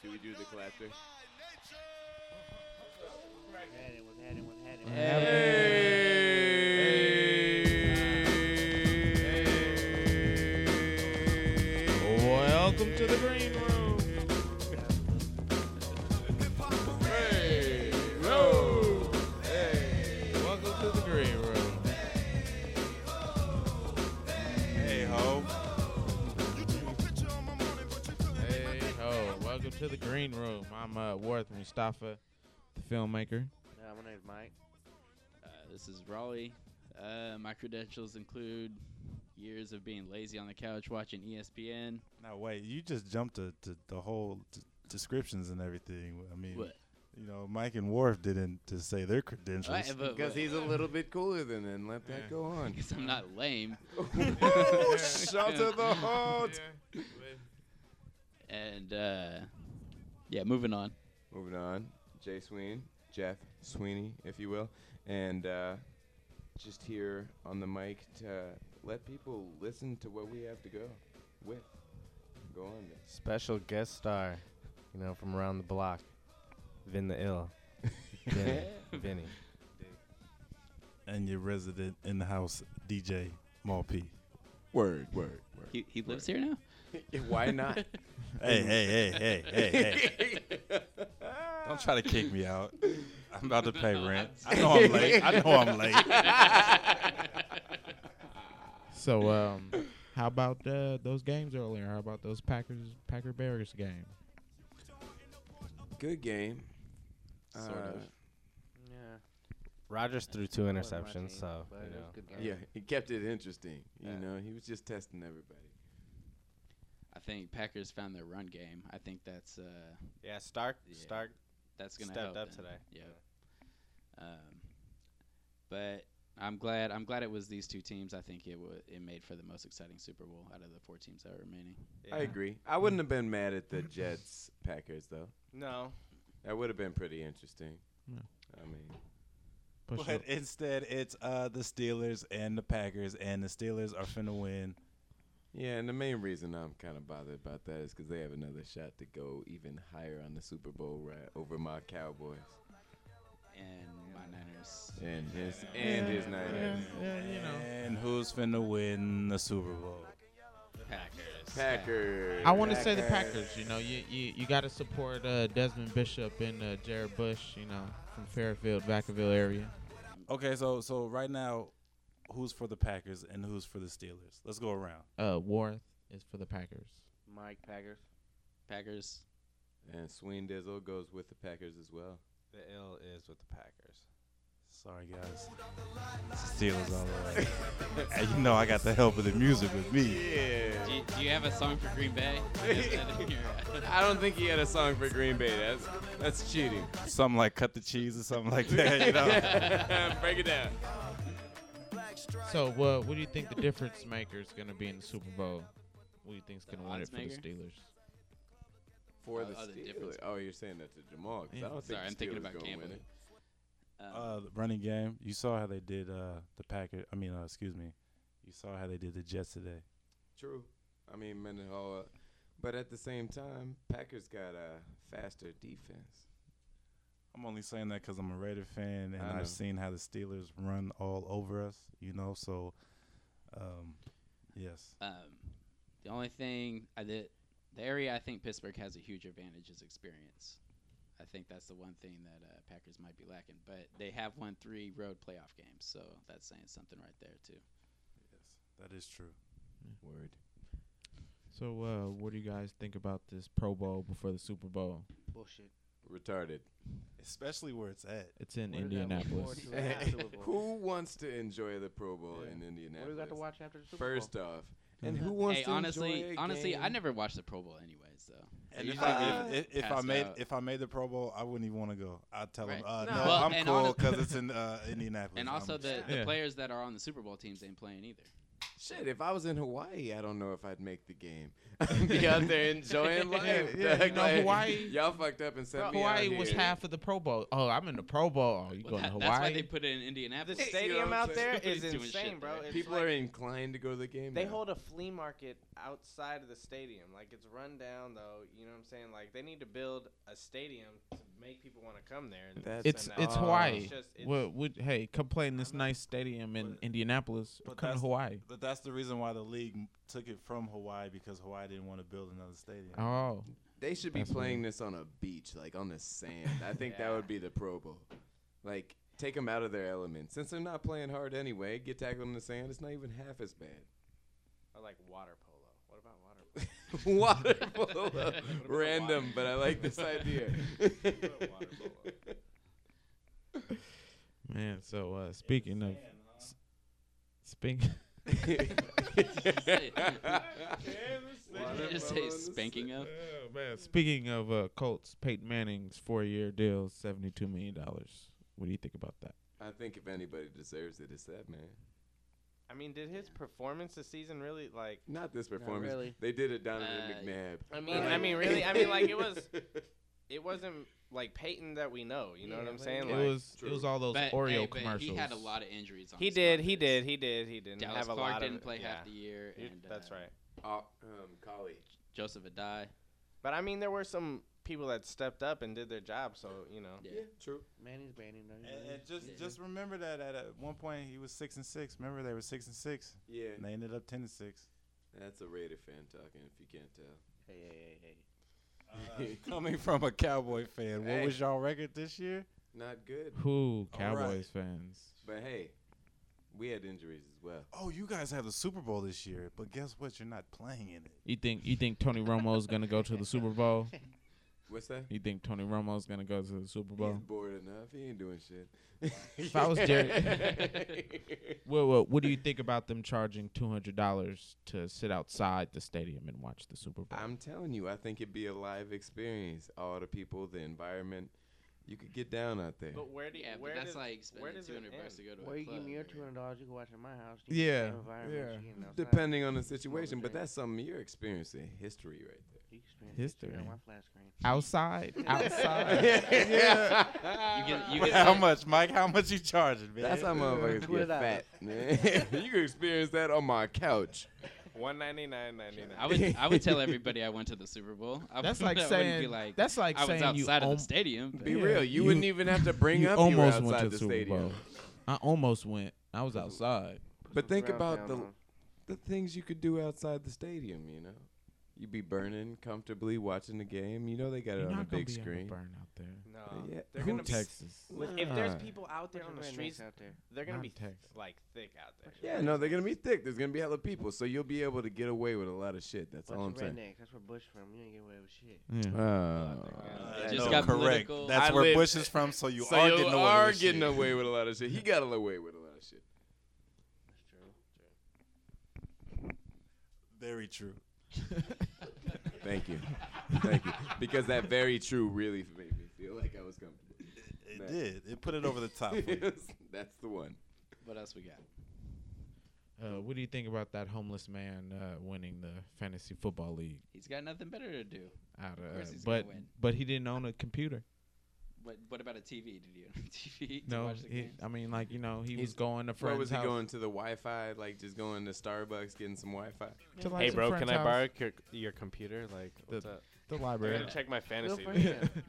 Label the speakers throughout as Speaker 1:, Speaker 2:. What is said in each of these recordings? Speaker 1: Can we do the clap thing?
Speaker 2: Welcome to the green room. Hey, room. Hey, welcome to the green room. Hey ho. Hey ho. Welcome to the green room. I'm uh, Worth Mustafa, the filmmaker.
Speaker 3: Yeah, my name's Mike.
Speaker 4: Uh, this is Raleigh. Uh, my credentials include years of being lazy on the couch watching E ESPN.
Speaker 5: No, wait. You just jumped to, to the whole d- descriptions and everything. I mean,
Speaker 4: What?
Speaker 5: you know, Mike and Worf didn't to say their credentials.
Speaker 4: Right, but-
Speaker 3: Because
Speaker 4: but-
Speaker 3: he's a little bit cooler than then. Let that go on.
Speaker 4: Because I'm not lame.
Speaker 3: Woo! Shout to the heart.
Speaker 4: And uh, yeah, moving on.
Speaker 3: Moving on. Jay Sweeney, Jeff Sweeney, if you will. And uh, just here on the mic to let people listen to what we have to go with. Go on, man.
Speaker 6: Special guest star, you know, from around the block, Vin the Ill. Vinny. Vinny.
Speaker 5: and your resident in the house DJ Mal P.
Speaker 3: Word, word, word.
Speaker 4: He, he lives here now?
Speaker 3: Why not?
Speaker 5: Hey, hey, hey, hey, hey, hey. Don't try to kick me out. I'm about to pay rent. I know I'm late. I know I'm late.
Speaker 2: So, um, how about uh, those games earlier? How about those Packers Packer Bears game?
Speaker 3: Good game. Uh,
Speaker 4: Sort of.
Speaker 6: Rogers threw two
Speaker 7: Wasn't my
Speaker 6: interceptions,
Speaker 7: team,
Speaker 6: so
Speaker 7: but
Speaker 6: you
Speaker 7: it was
Speaker 6: know.
Speaker 7: a good game.
Speaker 3: Yeah, he kept it interesting. You
Speaker 6: Yeah.
Speaker 3: know, he was just testing everybody.
Speaker 4: I think Packers found their run game. I think that's uh,
Speaker 6: Yeah, Stark
Speaker 4: Yeah.
Speaker 6: Stark
Speaker 4: that's gonna
Speaker 6: stepped
Speaker 4: help
Speaker 6: up
Speaker 4: them.
Speaker 6: today.
Speaker 4: Yeah. Um, but I'm glad. I'm glad it was these two teams. I think it wa it made for the most exciting Super Bowl out of the four teams that are remaining.
Speaker 3: I
Speaker 6: Yeah.
Speaker 3: agree. I wouldn't have been mad at the Jets Packers though.
Speaker 6: No.
Speaker 3: That would have been pretty interesting.
Speaker 2: Yeah.
Speaker 3: I mean,
Speaker 2: Push
Speaker 5: But instead, it's uh, the Steelers and the Packers, and the Steelers are finna win.
Speaker 3: yeah, and the main reason I'm kind of bothered about that is because they have another shot to go even higher on the Super Bowl right over my Cowboys
Speaker 4: And my Niners.
Speaker 3: and his and his Niners.
Speaker 2: yeah, you know.
Speaker 5: And who's finna win the Super Bowl?
Speaker 4: Packers.
Speaker 3: Packers.
Speaker 2: I want to say the Packers. You know, you you, you got to support uh, Desmond Bishop and uh, Jared Bush. You know, from Fairfield, Vacaville area.
Speaker 5: Okay, so so right now, who's for the Packers and who's for the Steelers? Let's go around.
Speaker 2: Uh, Warth is for the Packers.
Speaker 7: Mike Packers.
Speaker 4: Packers.
Speaker 3: And Sween Dizzle goes with the Packers as well.
Speaker 6: The ill is with the Packers.
Speaker 5: Sorry guys, It's the Steelers all the way. And you know I got the help of the music with me.
Speaker 3: Yeah.
Speaker 4: Do you, do you have a song for Green Bay?
Speaker 3: I don't think he had a song for Green Bay. That's that's cheating.
Speaker 5: Something like cut the cheese or something like that. You know.
Speaker 3: Break it down.
Speaker 2: So, uh, what do you think the difference maker is going to be in the Super Bowl? What do you think's going to win it
Speaker 4: odds
Speaker 2: for the
Speaker 4: maker?
Speaker 2: Steelers?
Speaker 3: For
Speaker 4: Oh,
Speaker 3: the
Speaker 4: oh, the
Speaker 3: Steelers.
Speaker 4: difference.
Speaker 3: Oh, you're saying that to Jamal. 'cause
Speaker 2: Yeah.
Speaker 3: I don't think
Speaker 4: Sorry,
Speaker 3: the
Speaker 4: I'm thinking
Speaker 3: Steelers
Speaker 4: about
Speaker 3: gonna win
Speaker 4: gambling.
Speaker 3: it.
Speaker 4: Um,
Speaker 5: Uh, the running game. You saw how they did uh, the Packers. I mean, uh, excuse me. You saw how they did the Jets today.
Speaker 3: True. I mean, Mendenhall. uh, But at the same time, Packers got a faster defense.
Speaker 5: I'm only saying that because I'm a Raider fan and
Speaker 3: I know.
Speaker 5: I've seen how the Steelers run all over us. You know, so um, yes.
Speaker 4: um, the only thing I did, the area I think Pittsburgh has a huge advantage is experience. I think that's the one thing that uh, Packers might be lacking, but they have won three road playoff games, so that's saying something right there too.
Speaker 5: That is true.
Speaker 3: Word.
Speaker 2: So, uh, what do you guys think about this Pro Bowl before the Super Bowl?
Speaker 7: Bullshit.
Speaker 3: Retarded.
Speaker 5: Especially where it's at.
Speaker 2: It's in
Speaker 7: What did I look forward
Speaker 2: Indianapolis.
Speaker 7: to after the Bowl?
Speaker 3: who wants to enjoy the Pro Bowl
Speaker 5: Yeah.
Speaker 3: in
Speaker 7: What do
Speaker 3: Indianapolis?
Speaker 7: we got to watch after the Super
Speaker 3: First
Speaker 7: Bowl?
Speaker 3: off, and
Speaker 2: Mm-hmm.
Speaker 3: who wants
Speaker 4: hey,
Speaker 3: to
Speaker 4: honestly,
Speaker 3: enjoy a
Speaker 4: honestly, I
Speaker 3: game?
Speaker 4: never watched the Pro Bowl anyways, though.
Speaker 5: And if
Speaker 4: usually
Speaker 5: I,
Speaker 4: get
Speaker 3: Uh,
Speaker 5: if, if I
Speaker 4: passed
Speaker 5: made
Speaker 4: out.
Speaker 5: if I made the Pro Bowl, I wouldn't even want to go. I'd tell them,
Speaker 4: Right.
Speaker 5: uh, no,
Speaker 7: No. Well,
Speaker 5: I'm
Speaker 4: and
Speaker 5: cool
Speaker 4: honest-
Speaker 5: because it's in uh, Indianapolis.
Speaker 4: and
Speaker 5: I'm-
Speaker 4: also the, the
Speaker 2: Yeah.
Speaker 4: players that are on the Super Bowl teams ain't playing either.
Speaker 3: Shit, if I was in Hawaii, I don't know if I'd make the game. I'd be out there enjoying life.
Speaker 2: Yeah, yeah, you
Speaker 3: dog,
Speaker 2: know,
Speaker 3: like,
Speaker 2: Hawaii-
Speaker 3: Y'all fucked up and sent me out
Speaker 2: Hawaii was
Speaker 3: here.
Speaker 2: half of the Pro Bowl. Oh, I'm in the Pro Bowl. Oh, you
Speaker 4: Well,
Speaker 2: going
Speaker 4: that-
Speaker 2: to
Speaker 4: That's why
Speaker 2: Hawaii?
Speaker 4: they put it in Indianapolis.
Speaker 6: The
Speaker 3: Hey, you know
Speaker 6: stadium
Speaker 3: what I'm
Speaker 6: out there
Speaker 3: saying?
Speaker 6: is
Speaker 4: Nobody's doing shit
Speaker 6: insane, bro.
Speaker 4: there.
Speaker 6: It's
Speaker 3: People
Speaker 6: like-
Speaker 3: are inclined to go to the game.
Speaker 6: They
Speaker 3: now.
Speaker 6: hold a flea market outside of the stadium. Like it's run down though, you know what I'm saying? Like they need to build a stadium to make people want to come there. and
Speaker 3: That's
Speaker 2: it's
Speaker 6: send out-
Speaker 2: it's
Speaker 3: Oh.
Speaker 2: Hawaii.
Speaker 6: It's just- it's-
Speaker 2: What- what- hey, come play in this
Speaker 6: I'm not-
Speaker 2: nice stadium in
Speaker 5: But-
Speaker 2: Indianapolis. Come
Speaker 5: but
Speaker 2: to
Speaker 5: that's-
Speaker 2: Hawaii.
Speaker 5: But that's the reason why the league m- took it from Hawaii because Hawaii didn't want to build another stadium.
Speaker 2: Oh,
Speaker 3: They should be
Speaker 2: That's weird.
Speaker 3: playing this on a beach, like on the sand. I think that
Speaker 6: Yeah.
Speaker 3: would be the Pro Bowl. Like, take them out of their element. Since they're not playing hard anyway, get tackled in the sand. It's not even half as bad.
Speaker 6: Or like water polo. What about water polo?
Speaker 3: water polo.
Speaker 4: What about
Speaker 3: Random,
Speaker 4: water?
Speaker 3: but I like this idea.
Speaker 5: Water polo.
Speaker 2: man. So uh, speaking of speaking,
Speaker 4: Did you just say spanking up?
Speaker 2: oh, man, speaking of uh, Colts, Peyton Manning's four-year deal, seventy-two million dollars. What do you think about that?
Speaker 3: I think if anybody deserves it, it's that man.
Speaker 6: I mean, did his performance this season really like?
Speaker 3: Not this performance.
Speaker 6: really.
Speaker 3: They did it down
Speaker 4: Uh,
Speaker 3: at McNabb.
Speaker 6: I mean, I mean, really, I mean, like it was, it wasn't like Peyton that we know. You know what
Speaker 3: Yeah,
Speaker 6: I'm
Speaker 3: like,
Speaker 6: saying?
Speaker 3: it
Speaker 6: Like,
Speaker 2: it was it
Speaker 3: True.
Speaker 2: was all those
Speaker 4: But,
Speaker 2: Oreo
Speaker 4: hey, but
Speaker 2: commercials.
Speaker 4: He had a lot of injuries. On
Speaker 6: He
Speaker 4: his
Speaker 6: did,
Speaker 4: side
Speaker 6: he
Speaker 4: of this.
Speaker 6: did, he did, he didn't
Speaker 4: Dallas
Speaker 6: have a
Speaker 4: Clark
Speaker 6: lot
Speaker 4: didn't
Speaker 6: of
Speaker 4: play
Speaker 6: yeah.
Speaker 4: half the year.
Speaker 6: You-
Speaker 4: and,
Speaker 6: That's
Speaker 4: uh,
Speaker 6: right.
Speaker 3: Uh, um, Collie.
Speaker 4: Joseph Adai.
Speaker 6: But I mean, there were some people that stepped up and did their job. So you know,
Speaker 4: Yeah.
Speaker 3: true.
Speaker 7: Manny's Manny. no, you
Speaker 5: And,
Speaker 7: know.
Speaker 5: and just
Speaker 4: Yeah.
Speaker 5: just remember that at, at one point he was six and six. Remember they were six and six,
Speaker 3: Yeah.
Speaker 5: and they ended up ten and six.
Speaker 3: That's a Raider fan talking, if you can't tell.
Speaker 7: Hey, hey, hey,
Speaker 2: Uh,
Speaker 5: Coming from a Cowboy fan, what
Speaker 3: Hey.
Speaker 5: was y'all record this year?
Speaker 3: Not good.
Speaker 2: Who
Speaker 5: All right.
Speaker 2: Cowboys fans?
Speaker 3: But hey, we had injuries as well.
Speaker 5: Oh, you guys have the Super Bowl this year, but guess what? You're not playing in it.
Speaker 2: You think you think Tony Romo's gonna go to the Super Bowl?
Speaker 3: What's that?
Speaker 2: You think Tony Romo's gonna go to the Super
Speaker 3: He's
Speaker 2: Bowl?
Speaker 3: bored enough. He ain't doing shit.
Speaker 2: Oh. If I was Well, well, what do you think about them charging two hundred dollars to sit outside the stadium and watch the Super Bowl?
Speaker 3: I'm telling you, I think it'd be a live experience. All the people, the environment. You could get down out there.
Speaker 6: but where do you,
Speaker 4: Yeah,
Speaker 6: where
Speaker 4: but that's
Speaker 6: does,
Speaker 4: like
Speaker 6: where
Speaker 4: spending
Speaker 6: does it
Speaker 4: two hundred bucks to
Speaker 6: end?
Speaker 4: go to
Speaker 7: Well,
Speaker 4: a
Speaker 7: you
Speaker 4: club.
Speaker 7: give me your
Speaker 4: or-
Speaker 7: two hundred dollars, you can watch at my house. You get
Speaker 2: Yeah,
Speaker 7: the environment,
Speaker 2: yeah.
Speaker 7: You get outside,
Speaker 3: Depending on the situation, but
Speaker 7: drink.
Speaker 3: that's something you're experiencing. History right
Speaker 7: you experience history on
Speaker 2: History.
Speaker 7: my flat screen.
Speaker 2: outside, outside.
Speaker 3: there.
Speaker 4: You get, you
Speaker 5: Wait,
Speaker 4: get
Speaker 5: how
Speaker 4: that-
Speaker 5: much, Mike? How much you charging, man?
Speaker 3: That's how motherfuckers
Speaker 7: Put
Speaker 3: get
Speaker 7: it out.
Speaker 3: fat, man. you could experience that on my couch.
Speaker 6: One ninety nine ninety nine.
Speaker 4: I would I would tell everybody I went to the Super Bowl. I
Speaker 2: That's
Speaker 4: wouldn't-
Speaker 2: like
Speaker 4: I wouldn't be
Speaker 2: saying-
Speaker 4: like
Speaker 2: That's like
Speaker 4: I was
Speaker 2: saying you
Speaker 4: outside of
Speaker 2: om-
Speaker 4: the stadium. but-
Speaker 3: Be
Speaker 2: Yeah,
Speaker 3: real. You,
Speaker 2: you-
Speaker 3: wouldn't even have to bring
Speaker 2: you
Speaker 3: up you were
Speaker 2: almost
Speaker 3: outside
Speaker 2: went to
Speaker 3: the
Speaker 2: the Super
Speaker 3: stadium.
Speaker 2: Bowl. I almost went. I was outside.
Speaker 3: But
Speaker 7: Some
Speaker 3: think
Speaker 7: ground
Speaker 3: about
Speaker 7: down
Speaker 3: the
Speaker 7: on.
Speaker 3: the things you could do outside the stadium. You know, you'd be burning comfortably watching the game. You know they got it
Speaker 2: You're
Speaker 3: on
Speaker 2: not
Speaker 3: a
Speaker 2: gonna
Speaker 3: big
Speaker 2: be able to
Speaker 3: screen.
Speaker 2: burn out there.
Speaker 6: no,
Speaker 3: Yeah.
Speaker 6: they're
Speaker 2: Who
Speaker 6: gonna be,
Speaker 2: Texas?
Speaker 6: if there's
Speaker 3: Nah.
Speaker 6: people out there
Speaker 7: Bunch
Speaker 6: on
Speaker 7: of
Speaker 6: the
Speaker 7: rednecks
Speaker 6: streets,
Speaker 7: out there.
Speaker 6: they're gonna
Speaker 2: Not
Speaker 6: be th-
Speaker 2: Texas.
Speaker 6: like thick out there.
Speaker 3: Yeah, no, they're gonna be thick. There's gonna be hella people, so you'll be able to get away with a lot of shit. That's all
Speaker 7: Bunch
Speaker 3: I'm
Speaker 7: of
Speaker 3: saying.
Speaker 7: rednecks. That's where Bush from. You ain't get away with shit.
Speaker 2: Yeah.
Speaker 4: Oh,
Speaker 5: Uh,
Speaker 4: It just
Speaker 5: no,
Speaker 4: got
Speaker 5: correct.
Speaker 4: political.
Speaker 5: That's
Speaker 3: I
Speaker 5: where
Speaker 3: live-
Speaker 5: Bush is from, so you
Speaker 3: so
Speaker 5: are
Speaker 3: you
Speaker 5: getting away
Speaker 3: are
Speaker 5: with
Speaker 3: getting
Speaker 5: shit.
Speaker 3: away with a lot of shit. He got away with a lot of shit.
Speaker 7: That's true.
Speaker 5: Very true.
Speaker 3: Thank you, thank you, because that very true really made me feel like I was comfortable.
Speaker 5: It
Speaker 3: Man.
Speaker 5: did. It put it over the top. for you.
Speaker 3: That's the one.
Speaker 4: What else we got?
Speaker 2: Uh, what do you think about that homeless man uh, winning the fantasy football league?
Speaker 4: He's got nothing better to do.
Speaker 2: Out
Speaker 4: Of
Speaker 2: of,
Speaker 4: course
Speaker 2: uh,
Speaker 4: he's gonna
Speaker 2: but
Speaker 4: win.
Speaker 2: but he didn't own a computer.
Speaker 4: What What about a TV? Did you have a TV to
Speaker 2: No,
Speaker 4: watch the
Speaker 2: he-
Speaker 4: games?
Speaker 2: I mean like you know he
Speaker 3: He's-
Speaker 2: was going to
Speaker 3: Where
Speaker 2: friends.
Speaker 3: was
Speaker 2: house
Speaker 3: he going to the Wi-Fi? Like just going to Starbucks, getting some Wi-Fi.
Speaker 2: to like
Speaker 6: Hey,
Speaker 2: some
Speaker 6: bro,
Speaker 2: friend's
Speaker 6: can I
Speaker 2: house.
Speaker 6: borrow your, your computer? Like, what's up?
Speaker 2: the
Speaker 6: They're
Speaker 2: library?
Speaker 6: gonna check my fantasy.
Speaker 7: Feel
Speaker 6: league.
Speaker 7: free.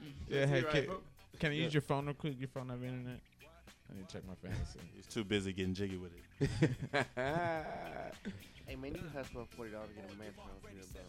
Speaker 2: Yeah,
Speaker 7: yeah.
Speaker 2: hey,
Speaker 3: right,
Speaker 2: can,
Speaker 3: bro.
Speaker 2: can I
Speaker 3: Yeah.
Speaker 2: use your phone real quick? Your phone have internet? I need to check my fantasy.
Speaker 5: He's too busy getting jiggy with it.
Speaker 7: Hey man, you can hustle up forty dollars to get a man phone for your bro.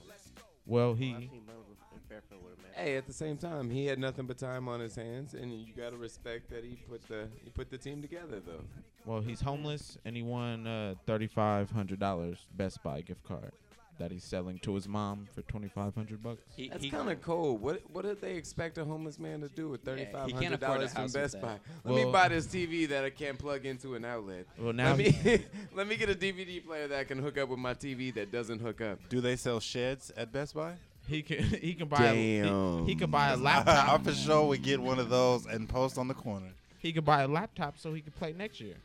Speaker 2: Well,
Speaker 7: I've
Speaker 2: he
Speaker 7: seen bros in- in Fairfield with a man.
Speaker 3: hey, at the same time, he had nothing but time on his hands, and you gotta respect that he put the he put the team together though.
Speaker 2: well he's homeless and he won uh, thirty five hundred dollars Best Buy gift card that he's selling to his mom for twenty five hundred bucks.
Speaker 4: He,
Speaker 3: That's
Speaker 4: he-
Speaker 3: kind of cold. What what did they expect a homeless man to do with
Speaker 4: Yeah, he
Speaker 3: thirty
Speaker 4: can't afford
Speaker 3: five
Speaker 4: a
Speaker 3: hundred dollars from
Speaker 4: house with
Speaker 3: Best
Speaker 4: that.
Speaker 3: Buy? Let me
Speaker 2: Well-
Speaker 3: buy this TV that I can't plug into an outlet.
Speaker 2: Well now
Speaker 3: Let me let me get a DVD player that I can hook up with my TV that doesn't hook up.
Speaker 5: Do they sell sheds at Best Buy?
Speaker 2: he can he can buy a, he, he can buy a laptop.
Speaker 5: I for sure would get one of those and post on the corner.
Speaker 2: He could buy a laptop so he could play next year.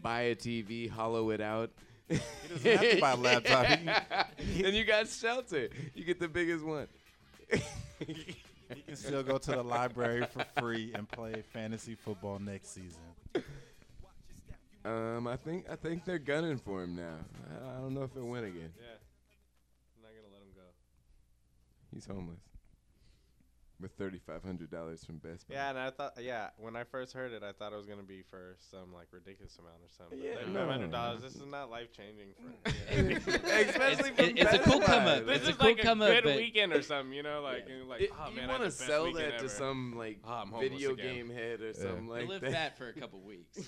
Speaker 3: Buy a TV, hollow it out,
Speaker 5: He doesn't have to buy a laptop. He can,
Speaker 8: and you got shelter. You get the biggest one.
Speaker 5: he can still go to the library for free and play fantasy football next season.
Speaker 8: Um, I think I think they're gunning for him now. I, I don't know if he'll win again.
Speaker 6: Yeah. I'm not gonna let him go.
Speaker 8: He's homeless with thirty five hundred dollars from Best Buy.
Speaker 6: Yeah, and I thought, yeah, when I first heard it, I thought it was gonna be for some like ridiculous amount or something.
Speaker 8: Yeah,
Speaker 6: Yeah,
Speaker 8: no.
Speaker 6: five hundred dollars. This is not life changing for.
Speaker 8: Especially
Speaker 4: It's-
Speaker 8: from
Speaker 4: it- it's a
Speaker 8: Best
Speaker 4: cool
Speaker 8: Buy.
Speaker 4: come up.
Speaker 6: This
Speaker 4: It's a
Speaker 6: is
Speaker 4: cool
Speaker 6: like a
Speaker 4: come up,
Speaker 6: good
Speaker 4: but-
Speaker 6: weekend or something, you know? Like, and you're like,
Speaker 8: It-
Speaker 6: oh
Speaker 8: you
Speaker 6: man,
Speaker 8: want to
Speaker 6: that's the best
Speaker 8: sell
Speaker 6: weekend
Speaker 8: that to
Speaker 6: ever.
Speaker 8: some like
Speaker 3: Oh,
Speaker 6: Ah, I'm homeless
Speaker 8: video
Speaker 6: again.
Speaker 8: game head or something
Speaker 4: I
Speaker 8: like
Speaker 4: live
Speaker 8: that.
Speaker 4: that for a couple weeks, and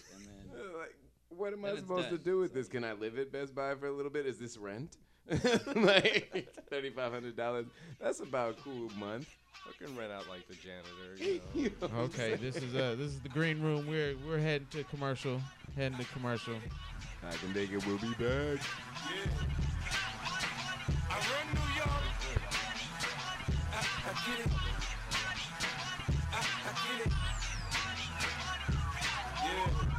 Speaker 4: then
Speaker 8: like, what am
Speaker 4: Then
Speaker 8: I
Speaker 4: it's
Speaker 8: supposed to
Speaker 4: done.
Speaker 8: do with this? Can I live at Best Buy for a little bit? Is this rent? like thirty five hundred dollars. That's about a cool month.
Speaker 6: Fucking rent out like the janitor. You know?
Speaker 8: You know what I'm
Speaker 2: Okay,
Speaker 8: saying?
Speaker 2: this is uh this is the green room. We're we're heading to commercial. Heading to commercial.
Speaker 8: I can make it. We'll be back.
Speaker 9: I run New York. I, I get it. I, I get it. Yeah.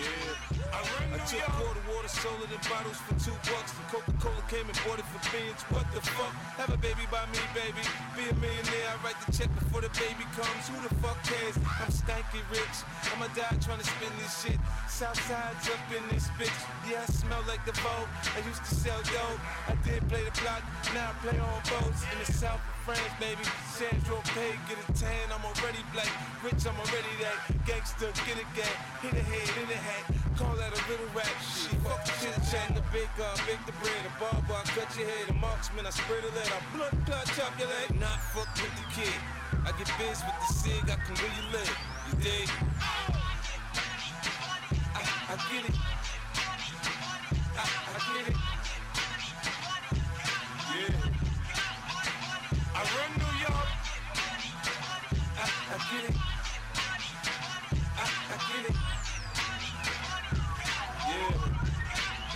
Speaker 9: Yeah. I run New took York. quarter water, sold it in bottles for two bucks. The Coca-Cola came and bought it for beans. What the fuck? Have a baby by me, baby. Be a millionaire. I write the check before the baby comes. Who the fuck cares? I'm stanky rich. I'ma die trying to spin this shit. Southside's up in this bitch. Yeah, I smell like the Vogue. I used to sell dope. I did play the block. Now I play on boats in the south of France, baby. Sandro Pay, get a tan. I'm already black. Rich, I'm already that. Gangster, get a gang. Hit a head in a hat. Call that a little rap. She fuck the chit chat. The big uh, bake the bread. The barber, I cut your head. The marksman, I spray the lead. I blood clutch up your leg. Not fuck with the kid. I get biz with the cig. I can really live. You dig? I, I get it. I, I get it. Yeah. I run New York. I, I get it. I, I get it. Yeah.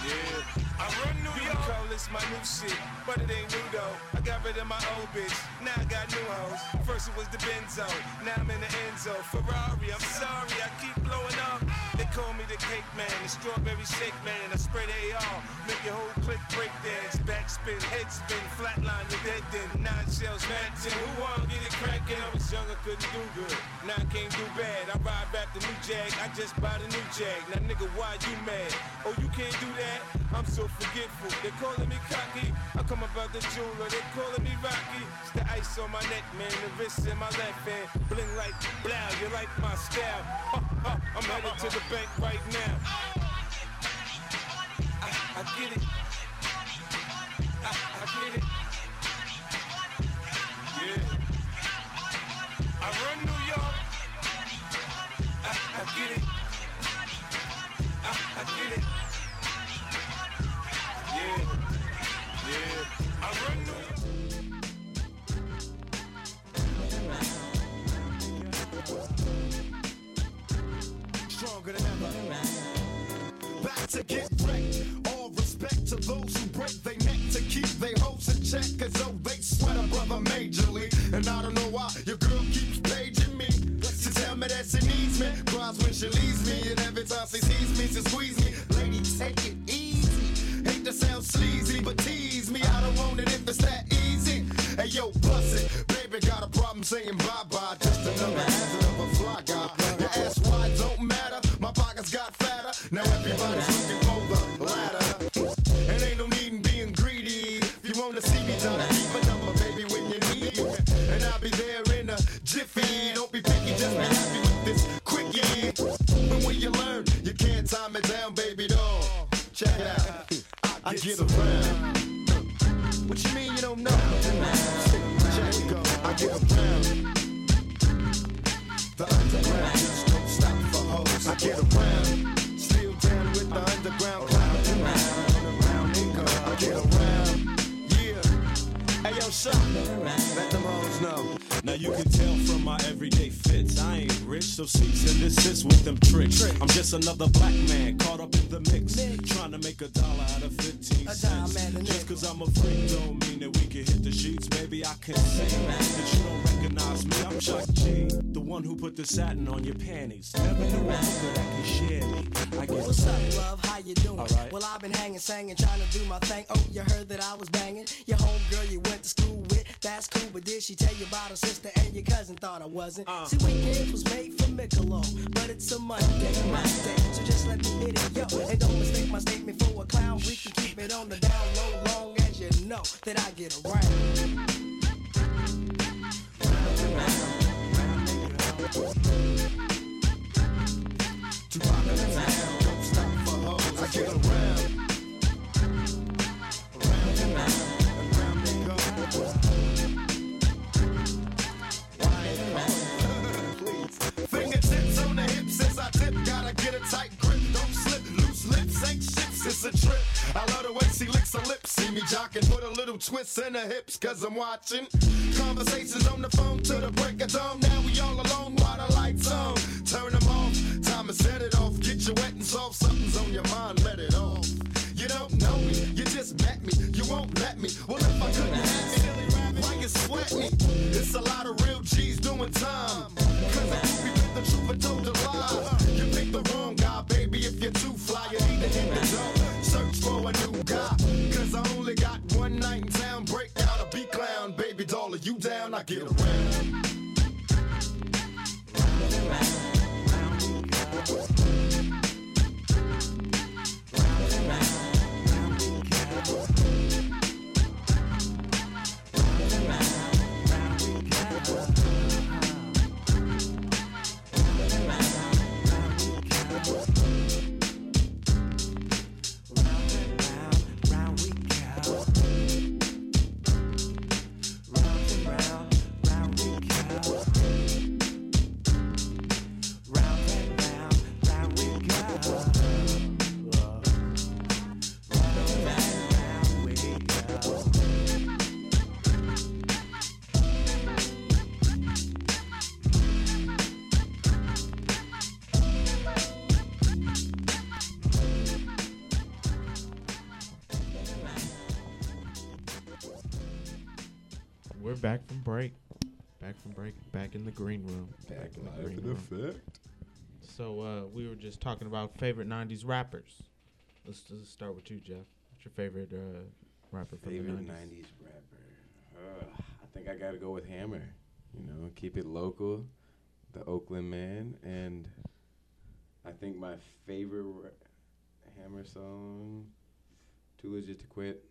Speaker 9: Yeah. I run New you York. Can call this my new shit, but it ain't new though. I got rid of my old bitch, now I got new hoes. First it was the Benzo, now I'm in the Enzo. Ferrari, I'm sorry, I keep blowing up. They call me the cake man, the strawberry shake man. I spray they all, make your whole click break dance. Backspin, headspin, flatline, you're dead then. Nine shells, mad ten. Who wanna get it crackin'? I was young, I couldn't do good. Now I can't do bad. I ride back the new Jag, I just bought a new Jag. Now nigga, why you mad? Oh, you can't do that? I'm so forgetful. They're calling me cocky. I come about the jeweler. They're calling me Rocky. It's the ice on my neck, man. The wrist in my left hand. Bling like blow. You like my style? I'm headed to the bank right now. I, I get it. I, I get it. Yeah. I run New York. I, I get it. I, I get it. Yeah. Yeah. I run New York.
Speaker 10: stronger than ever. Back to get wrecked. All respect to those who break their neck to keep their hopes in check. As though they sweat a brother majorly. And I don't know why your girl keeps paging me. She tell me that she needs me. Cries when she leaves me. And every time she sees me, she squeeze me. Lady, take it easy. Hate to sound sleazy, but tease me. I don't want it if it's that easy. Hey yo, bust it. Baby got a problem saying bye bye. Just another hazard of a fly guy. Your ass why don't matter. My pockets got fatter. Now everybody's looking for the ladder. And ain't no need in being greedy. If you wanna see me, try to keep my number, baby, when you need me. And I'll be there in a jiffy. Don't be picky, just be happy with this quickie. And when you learn, you can't time it down, baby doll. Check it out. I get around. What you mean you don't know? Check it go. I get around. The underground just don't stop for hoes. I get around. Still down with the underground cloud. Around and go. I get around. Yeah. Hey yo, shot. Let them hoes know.
Speaker 9: Now you can tell from my everyday fits. I ain't rich, so cease and desist with them tricks. I'm just another black man caught up in the mix. Trying to make a dollar out of 15 cents. Just cause I'm a freak don't mean that we can hit the sheets. Maybe I can sing that you don't recognize me. I'm
Speaker 11: I'm Chuck G, the one who put the satin on your panties. Never knew I could I can share me. I guess
Speaker 12: What's up, love? How you doing?
Speaker 11: All right.
Speaker 12: Well, I've been hanging, singing, trying to do my thing. Oh, you heard that I was banging. Your homegirl you went to school with, that's cool. But did she tell you about her sister and your cousin? Thought I wasn't.
Speaker 11: Uh.
Speaker 12: See, weekends was made for Michelob, but it's a Monday, my day. So just let me hit it, yo. And don't mistake my statement for a clown. We can keep it on the down low, long as you know that I get around.
Speaker 10: I get around. Around and round, and round they go. Why am I- Please. Fingertips on the hips as I tip. Gotta get a tight grip. Don't slip. Loose lips ain't ships. It's a trip. I love the way she licks her lips. See me jocking. Put a little twist in her hips. Cause I'm watching. Conversations on the phone to the break of dawn. Now we all alone while the lights on. Turn them off. Time to set it off. Get you wet and soft. Something's on your mind. Let it off. You don't know me. You just met me. You won't let me. Well, if I couldn't have me, why you sweat me? It's a lot of real G's doing time. Cause a goofy with the truth but told a lie. You picked the wrong guy, baby. If you're too fly, you need to hit the door. Search for a new guy. Cause I only got one night in town. Break out a B clown, baby doll. Are you down? I get around.
Speaker 2: We're back from break. Back from break. Back in the green room. Back in the green room. So uh, we were just talking about favorite '90s rappers. Let's just start with you, Jeff. What's your favorite uh, rapper
Speaker 3: Favorite
Speaker 2: from the '90s?
Speaker 3: '90s rapper. Uh, I think I gotta go with Hammer. You know, keep it local, the Oakland man, and I think my favorite ra- Hammer song, "Too Legit to Quit."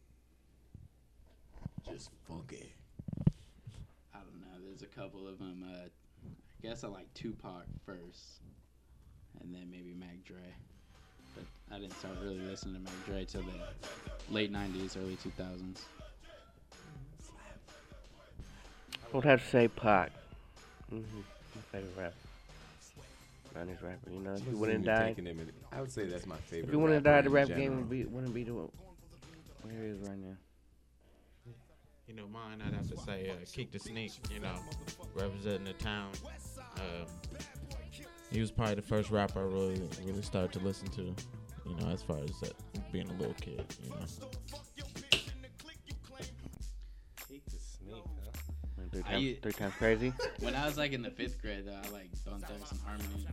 Speaker 3: Just funky.
Speaker 4: I don't know. There's a couple of them. Uh, I guess I like Tupac first, and then maybe Mac Dre. But I didn't start really listening to Mac Dre till the late '90s, early 2000s.
Speaker 7: I would have to say Pac. hmm My favorite rapper. Nineties rapper, you know. If
Speaker 3: Wasn't
Speaker 7: you wouldn't
Speaker 3: even
Speaker 7: die,
Speaker 3: taking him in- I would say that's my favorite.
Speaker 7: if you wouldn't die,
Speaker 3: rapper
Speaker 7: the
Speaker 3: in
Speaker 7: rap game
Speaker 3: general.
Speaker 7: would be, wouldn't be the where it is right now.
Speaker 2: You know, mine. I'd have to say uh, Keek the Sneak. You know, representing the town. Um, he was probably the first rapper I really, really started to listen to. You know, as far as that, being a little kid. You know,
Speaker 6: Keep the sneak, huh?
Speaker 7: Went Three
Speaker 4: I
Speaker 7: times,
Speaker 4: u-
Speaker 7: three times crazy.
Speaker 4: When I was like in the fifth grade, though, I like Bone Thugs and Harmony.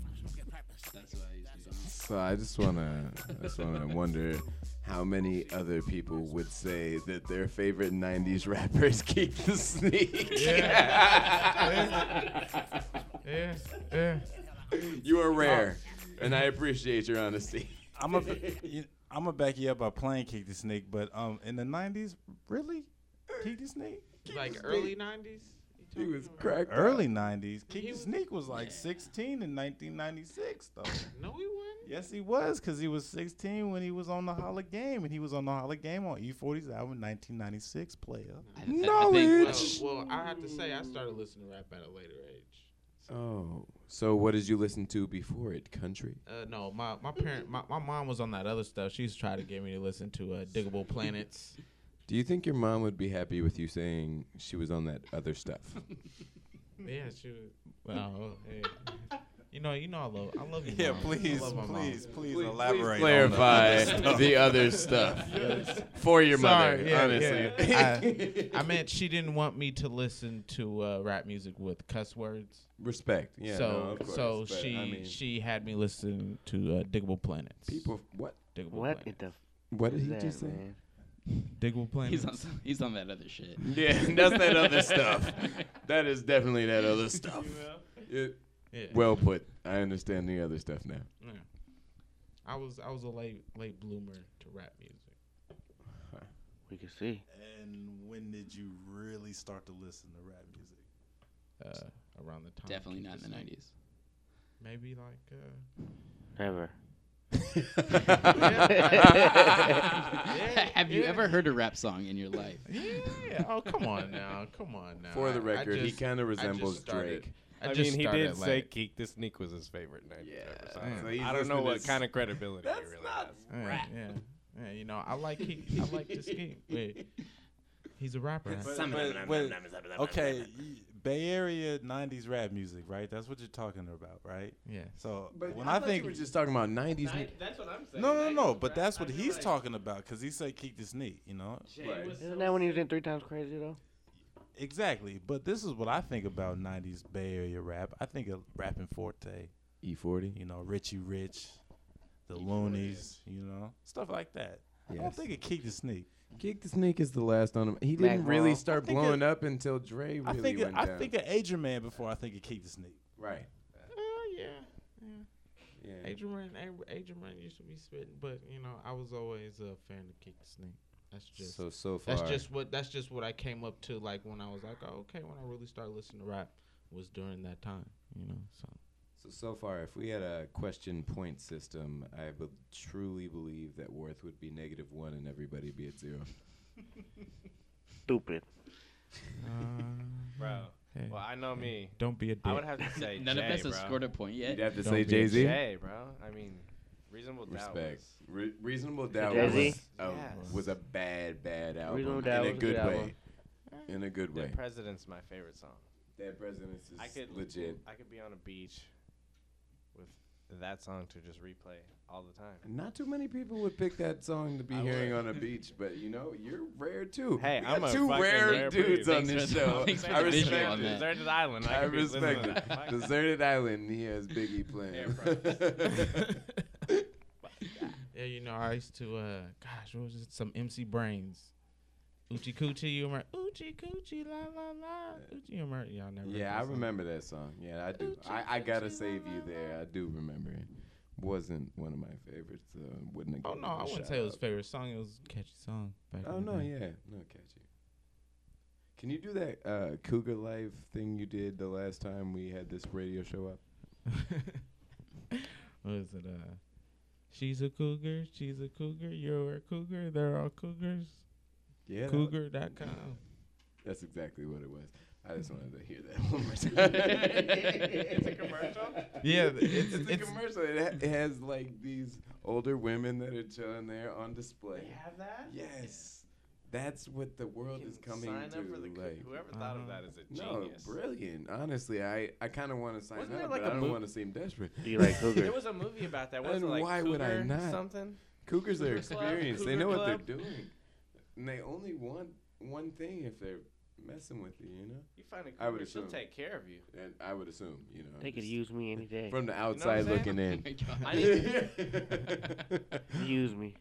Speaker 4: That's what I used to do.
Speaker 3: So I just wanna, I just wanna wonder how many other people would say that their favorite '90s rapper is Keep the Sneak.
Speaker 2: yeah, yeah.
Speaker 3: you are rare, and I appreciate your honesty.
Speaker 5: I'm a, you, I'm gonna back you up by playing Kick the Snake, but um, in the '90s, really, Kick the Snake,
Speaker 2: like early '90s.
Speaker 3: He was cracked.
Speaker 5: early '90s, Kick
Speaker 2: He
Speaker 5: the
Speaker 2: was-
Speaker 5: Snake was like
Speaker 4: Yeah.
Speaker 5: 16 in 1996, though.
Speaker 2: No, he wasn't.
Speaker 5: yes, he was, cause he was 16 when he was on the Holla Game, and he was on the Holla Game on E40's album 1996 player.
Speaker 4: I, I, I think,
Speaker 2: Well,
Speaker 4: uh,
Speaker 2: well, I have to say I started listening to rap at a later age.
Speaker 3: Oh, so what did you listen to before it? Country.
Speaker 2: Uh, no, my my parent, my, my mom was on that other stuff. She was trying to get me to listen to uh, Diggable Planets.
Speaker 3: Do you think your mom would be happy with you saying she was on that other stuff?
Speaker 2: yeah, she was. Well, hey. You You know, you know, I love, I love you.
Speaker 5: Yeah,
Speaker 2: mom. I
Speaker 5: please,
Speaker 2: love my mom.
Speaker 5: please, please
Speaker 2: Please,
Speaker 5: elaborate.
Speaker 13: clarify
Speaker 5: on the other
Speaker 13: the
Speaker 5: stuff.
Speaker 13: other stuff for your
Speaker 2: Sorry,
Speaker 13: mother.
Speaker 2: yeah,
Speaker 13: honestly,
Speaker 2: yeah. I, I meant she didn't want me to listen to uh, rap music with cuss words.
Speaker 3: Respect, yeah,
Speaker 2: So,
Speaker 3: no, of course,
Speaker 2: so
Speaker 3: but I
Speaker 2: she
Speaker 3: mean-
Speaker 2: she had me listen to uh, Diggable Planets.
Speaker 3: People, what?
Speaker 2: Diggable
Speaker 7: What
Speaker 2: Planets.
Speaker 7: the?
Speaker 3: What
Speaker 7: is
Speaker 3: did he
Speaker 7: that,
Speaker 3: just say?
Speaker 7: man?
Speaker 2: Diggable Planets.
Speaker 4: He's on, some- he's on that other shit.
Speaker 13: yeah, that's that other stuff. That is definitely that other stuff. It-
Speaker 2: Yeah.
Speaker 13: Well put. I understand the other stuff now.
Speaker 2: Yeah. I was I was a late late bloomer to rap music.
Speaker 7: We can see.
Speaker 5: And when did you really start to listen to rap music?
Speaker 2: Uh, around the time.
Speaker 4: Definitely
Speaker 2: Keep
Speaker 4: not in the
Speaker 2: Sneak.
Speaker 4: nineties.
Speaker 2: Maybe like uh,
Speaker 7: Never.
Speaker 2: Yeah.
Speaker 4: Have you
Speaker 2: Yeah.
Speaker 4: ever heard a rap song in your life?
Speaker 2: Yeah. Oh, come on now. Come on now.
Speaker 13: For the
Speaker 2: I- I
Speaker 13: record, he
Speaker 2: just-
Speaker 13: kinda
Speaker 2: I just
Speaker 13: resembles
Speaker 2: started-
Speaker 13: Drake.
Speaker 6: I,
Speaker 2: just
Speaker 6: mean, he
Speaker 2: started
Speaker 6: did say
Speaker 2: late.
Speaker 6: Geek. This Sneak was his favorite 90s rapper. So
Speaker 13: So he's
Speaker 6: I don't know
Speaker 13: listening to
Speaker 6: what
Speaker 13: s-
Speaker 6: kind of credibility he really has.
Speaker 2: Yeah, yeah. Yeah, you know, I like he, I like this game. Wait, he's a rapper.
Speaker 5: But- but- but- okay, y- Bay Area '90s rap music, right? That's what you're talking about, right?
Speaker 2: Yeah.
Speaker 5: So
Speaker 13: But
Speaker 5: when
Speaker 13: I,
Speaker 5: I,
Speaker 13: thought
Speaker 5: think
Speaker 13: you were just talking about '90s.
Speaker 6: Nin- That's what I'm saying.
Speaker 5: no, no,
Speaker 6: 90s
Speaker 5: no, but
Speaker 6: rap.
Speaker 5: that's
Speaker 6: I
Speaker 5: what
Speaker 6: knew
Speaker 5: he's
Speaker 6: I-
Speaker 5: talking about because he said keep this neat, you know?
Speaker 6: Shit, it was
Speaker 7: Isn't
Speaker 6: so
Speaker 7: that when he was in Three Times Crazy though?
Speaker 5: Exactly. But this is what I think about '90s Bay Area rap. I think of rapping Forte,
Speaker 3: E40.
Speaker 5: you know, Richie Rich, the Loonies, you know, stuff like that. I don't
Speaker 3: Yes.
Speaker 5: think of keep this neat.
Speaker 3: Kick the Snake is the last on him. He
Speaker 7: Mac
Speaker 3: didn't really
Speaker 7: Miller.
Speaker 3: start
Speaker 5: I think it-
Speaker 3: blowing up until Dre really
Speaker 5: I think of,
Speaker 3: went
Speaker 5: I
Speaker 3: down.
Speaker 5: think of Adrian Man before I think of keep this neat.
Speaker 3: right.
Speaker 2: Oh, yeah.
Speaker 3: Yeah.
Speaker 2: Adrian Martin, Ad- Adrian Martin used to be spitting, but you know, I was always a fan of Kick the Snake. That's just
Speaker 3: So so far.
Speaker 2: that's just what that's just what I came up to like when I was like, oh, okay, when I really started listening to rap was during that time, you know. So
Speaker 3: So so far, if we had a question point system, I would truly believe that Worth would be negative one and everybody be at zero.
Speaker 7: Stupid.
Speaker 6: Bro.
Speaker 2: hey,
Speaker 6: Well, I know me.
Speaker 2: don't be a
Speaker 6: I
Speaker 2: dick.
Speaker 6: would have to say
Speaker 4: None
Speaker 6: Jay,
Speaker 4: of us have
Speaker 6: bro.
Speaker 4: scored a point yet.
Speaker 3: You'd have to
Speaker 2: Don't
Speaker 3: say
Speaker 2: be a
Speaker 3: Jay Z.
Speaker 6: Jay, bro. I mean, reasonable doubt.
Speaker 3: Respect.
Speaker 6: was-
Speaker 3: Re- Reasonable Doubt
Speaker 7: Jay-Z?
Speaker 3: was, a,
Speaker 6: Yes.
Speaker 3: was a bad, bad album.
Speaker 7: Reasonable
Speaker 3: in
Speaker 7: Doubt
Speaker 3: a
Speaker 7: was a
Speaker 3: good
Speaker 7: good
Speaker 3: way. In a good way.
Speaker 6: The President's my favorite song.
Speaker 3: That President's is
Speaker 6: I could
Speaker 3: legit.
Speaker 6: I could be on a beach with that song to just replay all the time.
Speaker 3: Not too many people would pick that song to be hearing on a beach, but you know, you're rare too.
Speaker 6: Hey,
Speaker 3: We
Speaker 6: I'm
Speaker 3: got
Speaker 6: a
Speaker 3: two
Speaker 6: fucking
Speaker 3: rare,
Speaker 6: rare
Speaker 3: dudes
Speaker 6: breed.
Speaker 3: on
Speaker 4: Thanks
Speaker 3: this
Speaker 4: for the-
Speaker 3: show.
Speaker 4: thanks for
Speaker 3: I
Speaker 4: the visual
Speaker 3: respect
Speaker 4: on that.
Speaker 3: it.
Speaker 6: Deserted Island. I,
Speaker 3: I
Speaker 6: could be listening
Speaker 3: respect
Speaker 6: to
Speaker 3: it.
Speaker 6: that. Fuck.
Speaker 3: Deserted Island, he has Biggie playing.
Speaker 2: Yeah, you know, I used to, uh, gosh, what was it? Some MC Brains. Uchi Coochie, you remember? Uchi Coochie, la la la. Uchi, you remember? Y'all never. heard
Speaker 3: yeah,
Speaker 2: that
Speaker 3: I
Speaker 2: song?
Speaker 3: remember that song. Yeah, I do. I, I gotta save you there. I do remember it. Wasn't one of my favorites. So I wouldn't. have
Speaker 2: Oh,
Speaker 3: given
Speaker 2: no,
Speaker 3: a
Speaker 2: I wouldn't
Speaker 3: shout
Speaker 2: say it was
Speaker 3: out.
Speaker 2: favorite song. It was a catchy song. Back
Speaker 3: Oh
Speaker 2: in the
Speaker 3: no,
Speaker 2: day.
Speaker 3: yeah, no catchy. Can you do that uh, Cougar Live thing you did the last time we had this radio show up?
Speaker 2: what is it? Uh, she's a cougar, she's a cougar, you're a cougar, they're all cougars.
Speaker 3: Yeah, that was-
Speaker 2: Cougar dot com.
Speaker 3: That's exactly what it was. I just wanted to hear that one more time.
Speaker 6: It's a commercial.
Speaker 2: Yeah, th-
Speaker 3: it's,
Speaker 2: it's,
Speaker 3: a
Speaker 2: it's,
Speaker 3: commercial. It, ha- it has like these older women that are chilling there on display.
Speaker 6: Have that?
Speaker 3: Yes, that's what the world
Speaker 6: Fucking
Speaker 3: is coming
Speaker 6: sign
Speaker 3: to.
Speaker 6: up for the cou-
Speaker 3: like,
Speaker 6: whoever thought
Speaker 2: Uh-huh.
Speaker 6: of that is a
Speaker 3: no,
Speaker 6: genius.
Speaker 3: brilliant. Honestly, I, I kind of want to sign
Speaker 6: Wasn't
Speaker 3: up,
Speaker 6: there like
Speaker 3: but
Speaker 6: a
Speaker 3: I don't
Speaker 6: mo-
Speaker 3: want to seem desperate.
Speaker 7: Do you like cougars?
Speaker 6: There was a movie about that.
Speaker 3: And
Speaker 6: Wasn't it like
Speaker 3: why would I
Speaker 6: Cougar
Speaker 3: not?
Speaker 6: something?
Speaker 3: Cougars are
Speaker 6: Cougar Club,
Speaker 3: experienced. They
Speaker 6: Cougar
Speaker 3: know what
Speaker 6: Club.
Speaker 3: they're doing, and they only want one thing if they're messing with you. You know,
Speaker 6: You find a
Speaker 3: I would
Speaker 6: cougar, she'll
Speaker 3: assume.
Speaker 6: take care of you.
Speaker 3: and I would assume you know
Speaker 7: they could
Speaker 3: just
Speaker 7: use me any day.
Speaker 3: from the
Speaker 6: what I'm
Speaker 3: outside
Speaker 6: saying?
Speaker 3: looking in.
Speaker 6: I need
Speaker 7: Use me.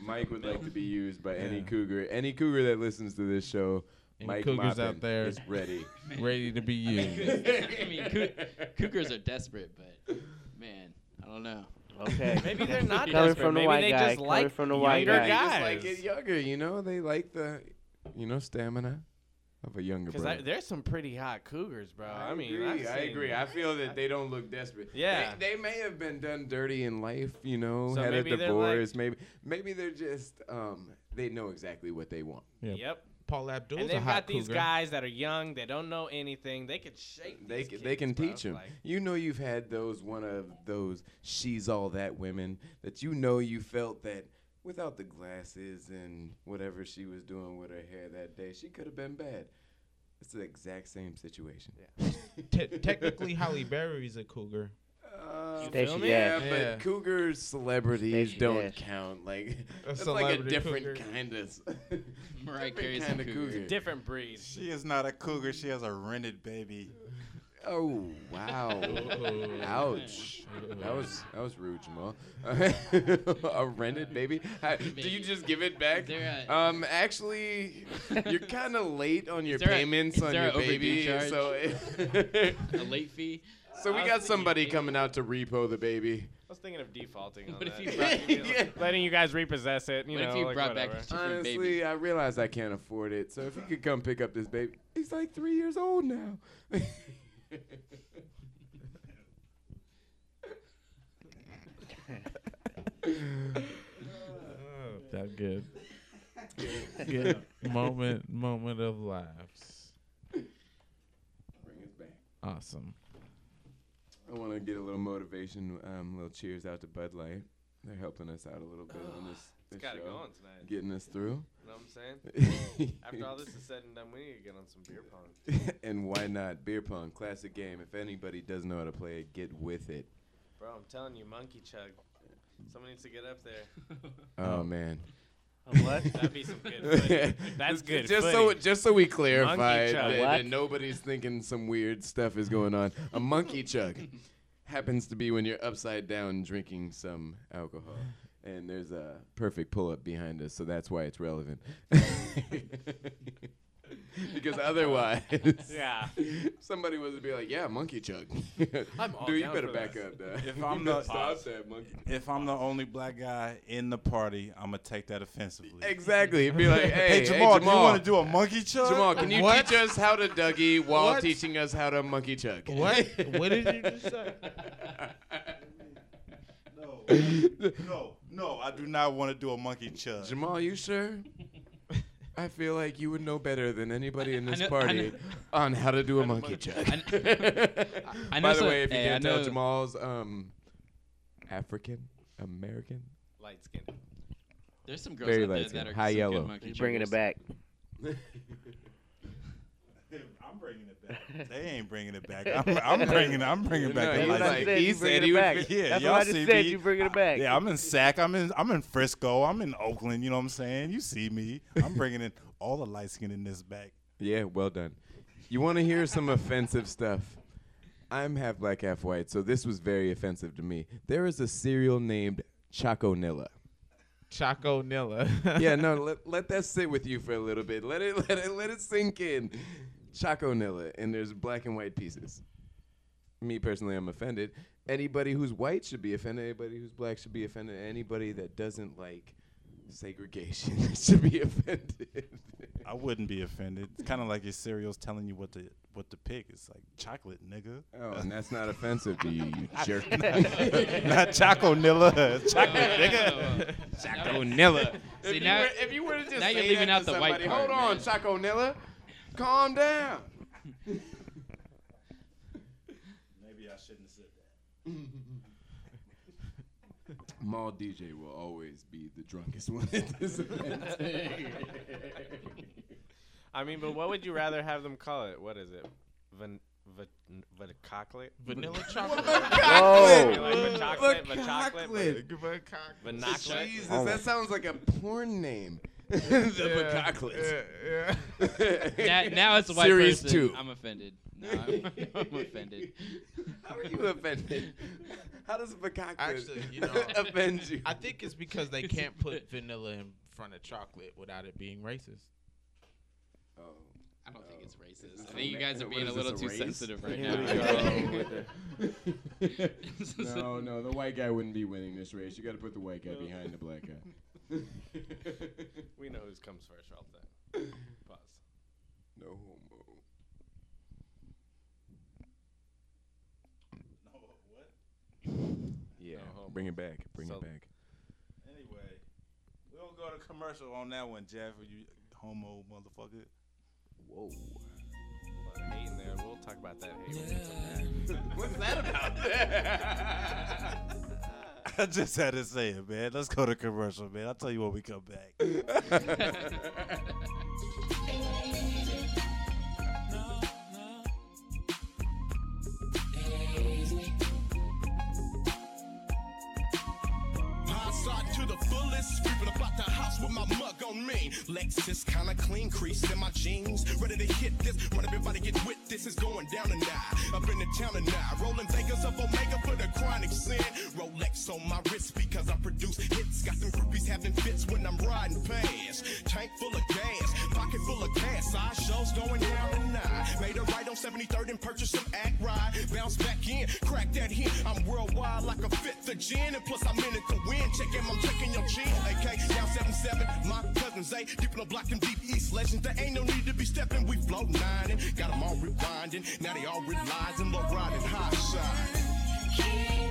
Speaker 3: Mike would like to be used by any
Speaker 2: Yeah.
Speaker 3: cougar. Any cougar that listens to this show,
Speaker 2: Any
Speaker 3: Mike
Speaker 2: cougars
Speaker 3: Moppin
Speaker 2: out there.
Speaker 3: is ready.
Speaker 2: ready to be used.
Speaker 4: I mean, cou- cougars are desperate, but man, I don't know.
Speaker 7: Okay.
Speaker 6: Maybe they're not
Speaker 7: Coming
Speaker 6: desperate.
Speaker 7: from the
Speaker 6: Maybe
Speaker 7: white
Speaker 6: they
Speaker 7: guy,
Speaker 6: just
Speaker 7: coming
Speaker 6: like
Speaker 7: from the white
Speaker 6: younger
Speaker 7: guy.
Speaker 3: They just
Speaker 6: guys.
Speaker 3: like get younger, you know. They like the, you know, stamina of a younger
Speaker 6: Because
Speaker 3: brother.
Speaker 6: there's some pretty hot cougers, bro. I, mean,
Speaker 3: agree.
Speaker 6: I've
Speaker 3: I
Speaker 6: seen-
Speaker 3: agree. I feel that they don't look desperate.
Speaker 6: Yeah.
Speaker 3: they, they may have been done dirty in life, you know,
Speaker 6: So
Speaker 3: had a
Speaker 6: maybe they're like-
Speaker 3: divorce. maybe, maybe they're just, um, they know exactly what they want.
Speaker 2: Yeah.
Speaker 6: Yep.
Speaker 2: Paul Abdul's
Speaker 6: And
Speaker 2: a
Speaker 6: they've
Speaker 2: hot
Speaker 6: got these
Speaker 2: cougar.
Speaker 6: guys that are young. They don't know anything. They could shake.
Speaker 3: They
Speaker 6: these
Speaker 3: can, they can
Speaker 6: kids, bro.
Speaker 3: teach them.
Speaker 6: Like,
Speaker 3: you know you've had those one of those she's all that women that you know you felt that without the glasses and whatever she was doing with her hair that day she could have been bad. It's the exact same situation.
Speaker 2: Te- technically, Halle Berry's a cougar.
Speaker 8: Uh,
Speaker 7: Stacey
Speaker 3: yeah,
Speaker 7: Dash.
Speaker 3: but
Speaker 7: Yeah.
Speaker 3: cougars celebrities
Speaker 7: Stacey
Speaker 3: don't
Speaker 7: Dash.
Speaker 3: count. Like
Speaker 2: A
Speaker 3: that's like a
Speaker 2: celebrity
Speaker 3: different
Speaker 2: cougar.
Speaker 3: kind of
Speaker 4: Mariah
Speaker 3: Carey's a kinda cougar. cougar.
Speaker 6: Different breed.
Speaker 5: She is not a cougar. She has a rented baby.
Speaker 3: Oh wow!
Speaker 5: Oh.
Speaker 3: Ouch! That was that was rude, Jamal. a rented baby? How- do you just give it back?
Speaker 4: Uh, There a-
Speaker 3: Um, actually, you're kind of late on your
Speaker 4: Is there a-
Speaker 3: payments
Speaker 4: is
Speaker 3: on
Speaker 4: there
Speaker 3: your
Speaker 4: a overdue
Speaker 3: baby,
Speaker 4: charge?
Speaker 3: so
Speaker 4: a late fee. Uh,
Speaker 3: so we
Speaker 4: I was
Speaker 3: got
Speaker 4: thinking
Speaker 3: somebody
Speaker 4: maybe-
Speaker 3: coming out to repo the baby.
Speaker 6: I was thinking of defaulting on
Speaker 4: What if
Speaker 6: that.
Speaker 4: you brought-
Speaker 6: Yeah. Letting you guys repossess it. You
Speaker 4: What
Speaker 6: know,
Speaker 4: if you
Speaker 6: like
Speaker 4: brought back
Speaker 6: whatever.
Speaker 4: the different
Speaker 3: Honestly,
Speaker 4: baby?
Speaker 3: I realize I can't afford it. So if you could come pick up this baby, he's like three years old now.
Speaker 2: That good. good moment moment of laughs.
Speaker 3: Bring us back.
Speaker 2: Awesome.
Speaker 3: I want to get a little motivation, um, little cheers out to Bud Light. They're helping us out a little bit on this, this
Speaker 6: gotta
Speaker 3: show,
Speaker 6: go on tonight.
Speaker 3: getting us through.
Speaker 6: know what I'm saying? After all this is said and done, we need to get on some beer pong.
Speaker 3: and why not beer pong? Classic game. If anybody doesn't know how to play it, get with it.
Speaker 6: Bro, I'm telling you, monkey chug. Someone needs to get up there.
Speaker 3: Oh man.
Speaker 6: what? That'd be some good footy. That's good
Speaker 3: Just so
Speaker 6: footy.
Speaker 3: just so we
Speaker 6: Monkey
Speaker 3: clarify
Speaker 6: chug.
Speaker 3: that,
Speaker 6: A
Speaker 3: that
Speaker 6: what?
Speaker 3: nobody's thinking some weird stuff is going on. A monkey chug happens to be when you're upside down drinking some alcohol. And there's a perfect pull up behind us, so that's why it's relevant. because otherwise
Speaker 6: Yeah.
Speaker 3: somebody would be like, Yeah, monkey chug.
Speaker 6: I'm all
Speaker 3: Dude, you
Speaker 6: down
Speaker 3: better
Speaker 6: for
Speaker 3: back
Speaker 6: that.
Speaker 3: up though.
Speaker 5: If I'm
Speaker 3: You
Speaker 5: the
Speaker 3: better stop that monkey
Speaker 5: if I'm the only black guy in the party, I'm gonna take that offensively.
Speaker 3: Exactly. It'd be like, hey,
Speaker 5: Hey, Jamal, do you wanna do a monkey chug?
Speaker 3: Jamal, can you
Speaker 5: What?
Speaker 3: teach us how to Dougie while
Speaker 5: What?
Speaker 3: teaching us how to monkey chug?
Speaker 2: What? What did you just
Speaker 5: say? no, no, no, I do not want to do a monkey chug.
Speaker 3: Jamal, you sure? I feel like you would know better than anybody in
Speaker 4: I
Speaker 3: this
Speaker 4: know- I
Speaker 3: party
Speaker 4: know-
Speaker 3: on how to do a monkey chug.
Speaker 4: I kn- I- I know
Speaker 3: By the
Speaker 4: so-
Speaker 3: way, if you
Speaker 4: hey, I
Speaker 3: can't tell,
Speaker 4: know-
Speaker 3: Jamal's um, African American.
Speaker 6: Light skin.
Speaker 4: There's some girls
Speaker 3: Very
Speaker 4: out there
Speaker 3: light
Speaker 4: that
Speaker 3: skin.
Speaker 4: are
Speaker 3: High
Speaker 4: some good
Speaker 3: yellow.
Speaker 4: monkey
Speaker 7: He's bringing it
Speaker 4: chuggers.
Speaker 7: back.
Speaker 5: I'm bringing it back. They ain't bringing it back. I'm, I'm bringing. I'm bringing back.
Speaker 3: No,
Speaker 5: the
Speaker 3: he
Speaker 5: light.
Speaker 3: like- he said he
Speaker 5: would-
Speaker 3: would-
Speaker 5: Yeah,
Speaker 3: That's
Speaker 5: y'all
Speaker 3: what I just
Speaker 5: see
Speaker 3: said,
Speaker 5: me.
Speaker 3: you bringing it back.
Speaker 5: Yeah, I'm in Sac. I'm in. I'm in Frisco. I'm in Oakland. You know what I'm saying? You see me. I'm bringing in all the light skin in this back.
Speaker 3: Yeah, well done. You want to hear some offensive stuff? I'm half black, half white, so this was very offensive to me. There is a cereal named Choconilla.
Speaker 2: Choco Nilla.
Speaker 3: yeah, no, let, let that sit with you for a little bit. Let it let it let it sink in. Choconilla, and there's black and white pieces. Me personally, I'm offended. Anybody who's white should be offended. Anybody who's black should be offended. Anybody that doesn't like segregation should be offended.
Speaker 5: I wouldn't be offended. It's kind of like your cereals telling you what to what to pick. It's like chocolate, nigga.
Speaker 3: Oh, and that's not offensive to you, you jerk.
Speaker 5: Not Choco Nilla, it's Choco Nigga.
Speaker 3: Choco Nilla.
Speaker 4: See,
Speaker 3: If,
Speaker 4: now-
Speaker 3: you were, if you were to just
Speaker 4: now
Speaker 3: say
Speaker 4: you're leaving
Speaker 3: that
Speaker 4: out
Speaker 3: to
Speaker 4: the white
Speaker 3: somebody,
Speaker 4: part,
Speaker 3: Hold on, Choco Nilla. Calm down.
Speaker 5: Maybe I shouldn't have said that.
Speaker 3: Mall DJ will always be the drunkest one at this event.
Speaker 6: I mean, but what would you rather have them call it? What is it? Van, van, van, chocolate?
Speaker 2: Vanilla chocolate.
Speaker 6: Whoa.
Speaker 3: Whoa.
Speaker 6: Like chocolate,
Speaker 3: Vanilla
Speaker 6: chocolate,
Speaker 3: chocolate.
Speaker 6: Vanocolate?
Speaker 3: Jesus,
Speaker 6: Oh.
Speaker 3: that sounds like a porn name. the Bacoclet.
Speaker 2: Yeah,
Speaker 4: Now, now it's a white
Speaker 3: Series
Speaker 4: person.
Speaker 3: two.
Speaker 4: I'm offended. No, I'm, I'm offended.
Speaker 3: How are you offended? How does Bacoclet
Speaker 2: Actually, you know,
Speaker 3: offend you?
Speaker 2: I think it's because they can't put vanilla in front of chocolate without it being racist.
Speaker 3: Oh.
Speaker 4: I don't think it's racist. I
Speaker 3: this
Speaker 4: think you
Speaker 3: a
Speaker 4: guys
Speaker 3: ma-
Speaker 4: are
Speaker 3: what
Speaker 4: being
Speaker 3: is
Speaker 4: a little
Speaker 3: this, a
Speaker 4: too
Speaker 3: race?
Speaker 4: sensitive right
Speaker 3: Here
Speaker 4: now.
Speaker 3: we no, no, the white guy wouldn't be winning this race. You got to put the white guy behind the black guy.
Speaker 6: We know who comes first, Ralph. Then. Pause.
Speaker 3: no homo. Yeah,
Speaker 6: No homo.
Speaker 3: bring it back. Bring
Speaker 6: So-
Speaker 3: it back.
Speaker 5: Anyway, we'll go to commercial on that one, Jeff. You homo motherfucker.
Speaker 3: Whoa.
Speaker 6: A lot of hate in there. We'll talk about that hate when we come back.
Speaker 3: What's that about?
Speaker 5: I just had to say it, man. Let's go to commercial, man. I'll tell you when we come back.
Speaker 14: Daisy, mean? Lexus, kinda clean, crease in my jeans. Ready to hit this, run up everybody get with this. It's going down tonight, up in the town tonight. Rolling Vegas of Omega for the chronic sin. Rolex on my wrist because I produce hits. Got some groupies having fits when I'm riding past. Tank full of gas, pocket full of cash. Side shows going down tonight. Made a right on 73rd and purchased some act ride. Bounce back in, crack that hit. I'm worldwide like a fifth of gin. And plus, I'm in it to win. Check him, I'm checking your chin. AK, down 77, my cousins, A. Deep in the block and deep east legends. There ain't no need to be stepping. We flow nine and got them all rewinding. Now they all realizing, low riding high side.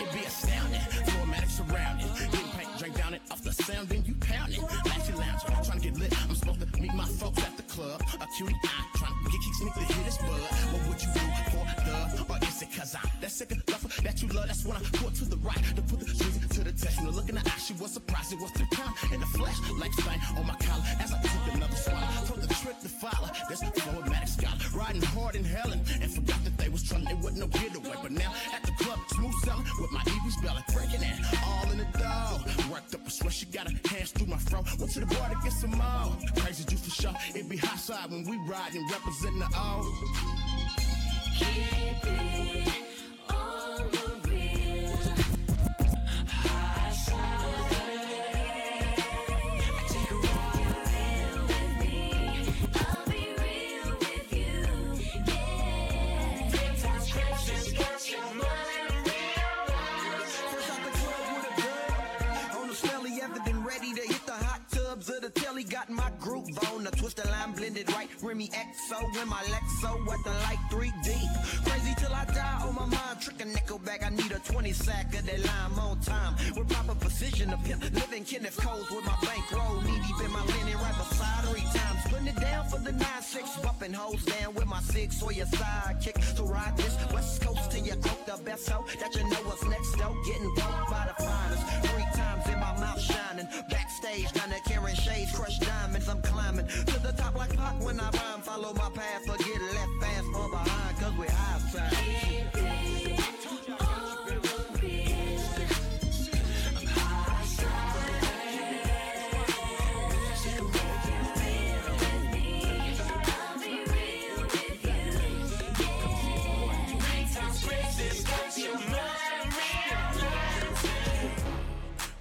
Speaker 14: It be astounding. Formatic surrounding. Getting paint, drink down it. Off the sound, then you pound it. Lashy lounge, trying to get lit. I'm supposed to meet my folks at the club. A cutie eye, trying to get kick sneak to hit his bud. What would you do for love? Or is it cause I'm that sick of lover that you love? That's when I pull to the right to put the trees to the test. And the look in the eye, she was surprised. It was the time in the flesh. Like stain on my collar as I took another swallow. Told the trip to follow. This formatic scholar. Riding hard in hell and, and forgot that they was trying. They wasn't no getaway. But now at the club, smooth selling with my E EV spelling. Breaking it all in the dog. Worked up a sweat, she got her hands through my throat. Went to the bar to get some more. Crazy juice for sure. It be hot side when we ride and represent the all.
Speaker 15: On the smelly, everything ready to hit the hot tubs of the telly. Got my groove on. I twist the line, blended right. Remy XO in my Lexo, what the like 3D. Crazy till I die on my mind. Trick a nickel bag, I need a 20 sack of that lime on time. With proper precision, a pimp. Living Kenneth Coles with my bankroll. Knee deep in my linen, right beside three times. Putting it down for the 9-6. Bumping hoes down with my six or your sidekick. So ride this West Coast till you coke the best hoe. That you know what's next, though. Getting broke by the finest. Three times in my mouth shining. Backstage, kinda carrying shades, crushed diamonds. I'm climbing to the top like Pac when I rhyme. Follow my path or get left fast or behind, cause we're outside.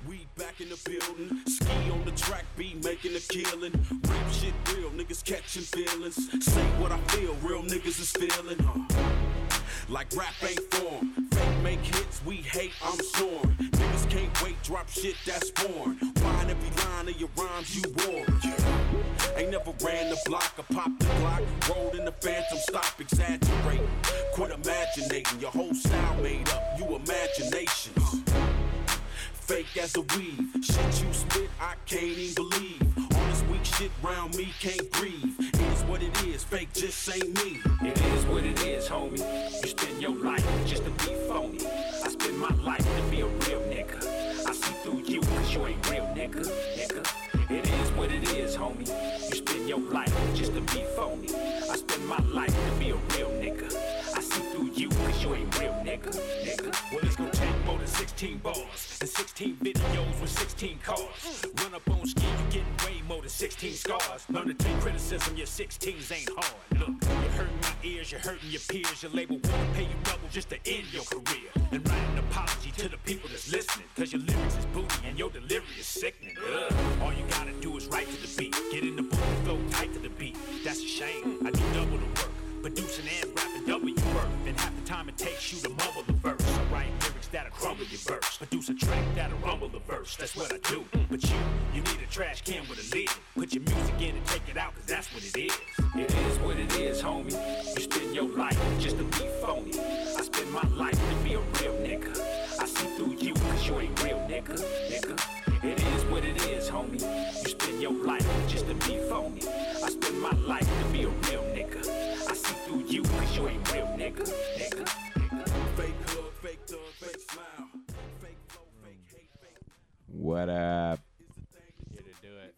Speaker 11: We back in the building, ski on the track, be making a killing. Real shit, real niggas catching feelings. Say what I feel, real niggas is feeling. Like rap ain't form, fake make hits, we hate, I'm sworn. Niggas can't wait, drop shit that's born. Find every line of your rhymes you wore. Ain't never ran the block or popped the block. Rolled in the phantom, stop exaggerating. Quit imaginating, your whole style made up, you imaginations fake as a weed. Shit you spit, I can't even believe. All this weak shit round me can't breathe. Is what it is, fake just ain't me. It is what it is, homie. You spend your life just to be phony. I spend my life to be a real nigga. I see through you, cause you ain't real nigga, nigga. It is what it is, homie. You spend your life just to be phony. I spend my life to be a real nigga. I see through you, cause you ain't real nigga, nigga. Well, it's gonna take more than 16 bars and 16 videos with 16 cars. Run up on ski, you getting way more than 16 scars. Learn to take criticism, your 16s ain't hard. Look, you're hurting my ears, you're hurting your peers. Your label wanna pay you double just to end your career. And write an apology to the people that's listening, cause your lyrics is booty and your delivery is sickening. Ugh. All you gotta do is write to the beat. Get in the booth and go tight to the beat. That's a shame, I do double the work. Producing and rapping double your work. And half the time it takes you to mumble the verse. I write lyrics that'll crumble your verse. Produce a track that'll rumble the verse. That's what I do. But you, you need a trash can with a lid. Put your music in and take it out, cause that's what it is. It is what it is, homie. You spend your life just to be phony. I spend my life to be a real nigga. I see through you, cause you ain't real nigga, nigga. It is what it is, homie. You spend your life just to be phony. I spend my life to be a real nigga. I see through you, cause you ain't real nigga, nigga. nigga. Fake hood, fake thug, fake smile.
Speaker 3: What up?
Speaker 6: Here to do it.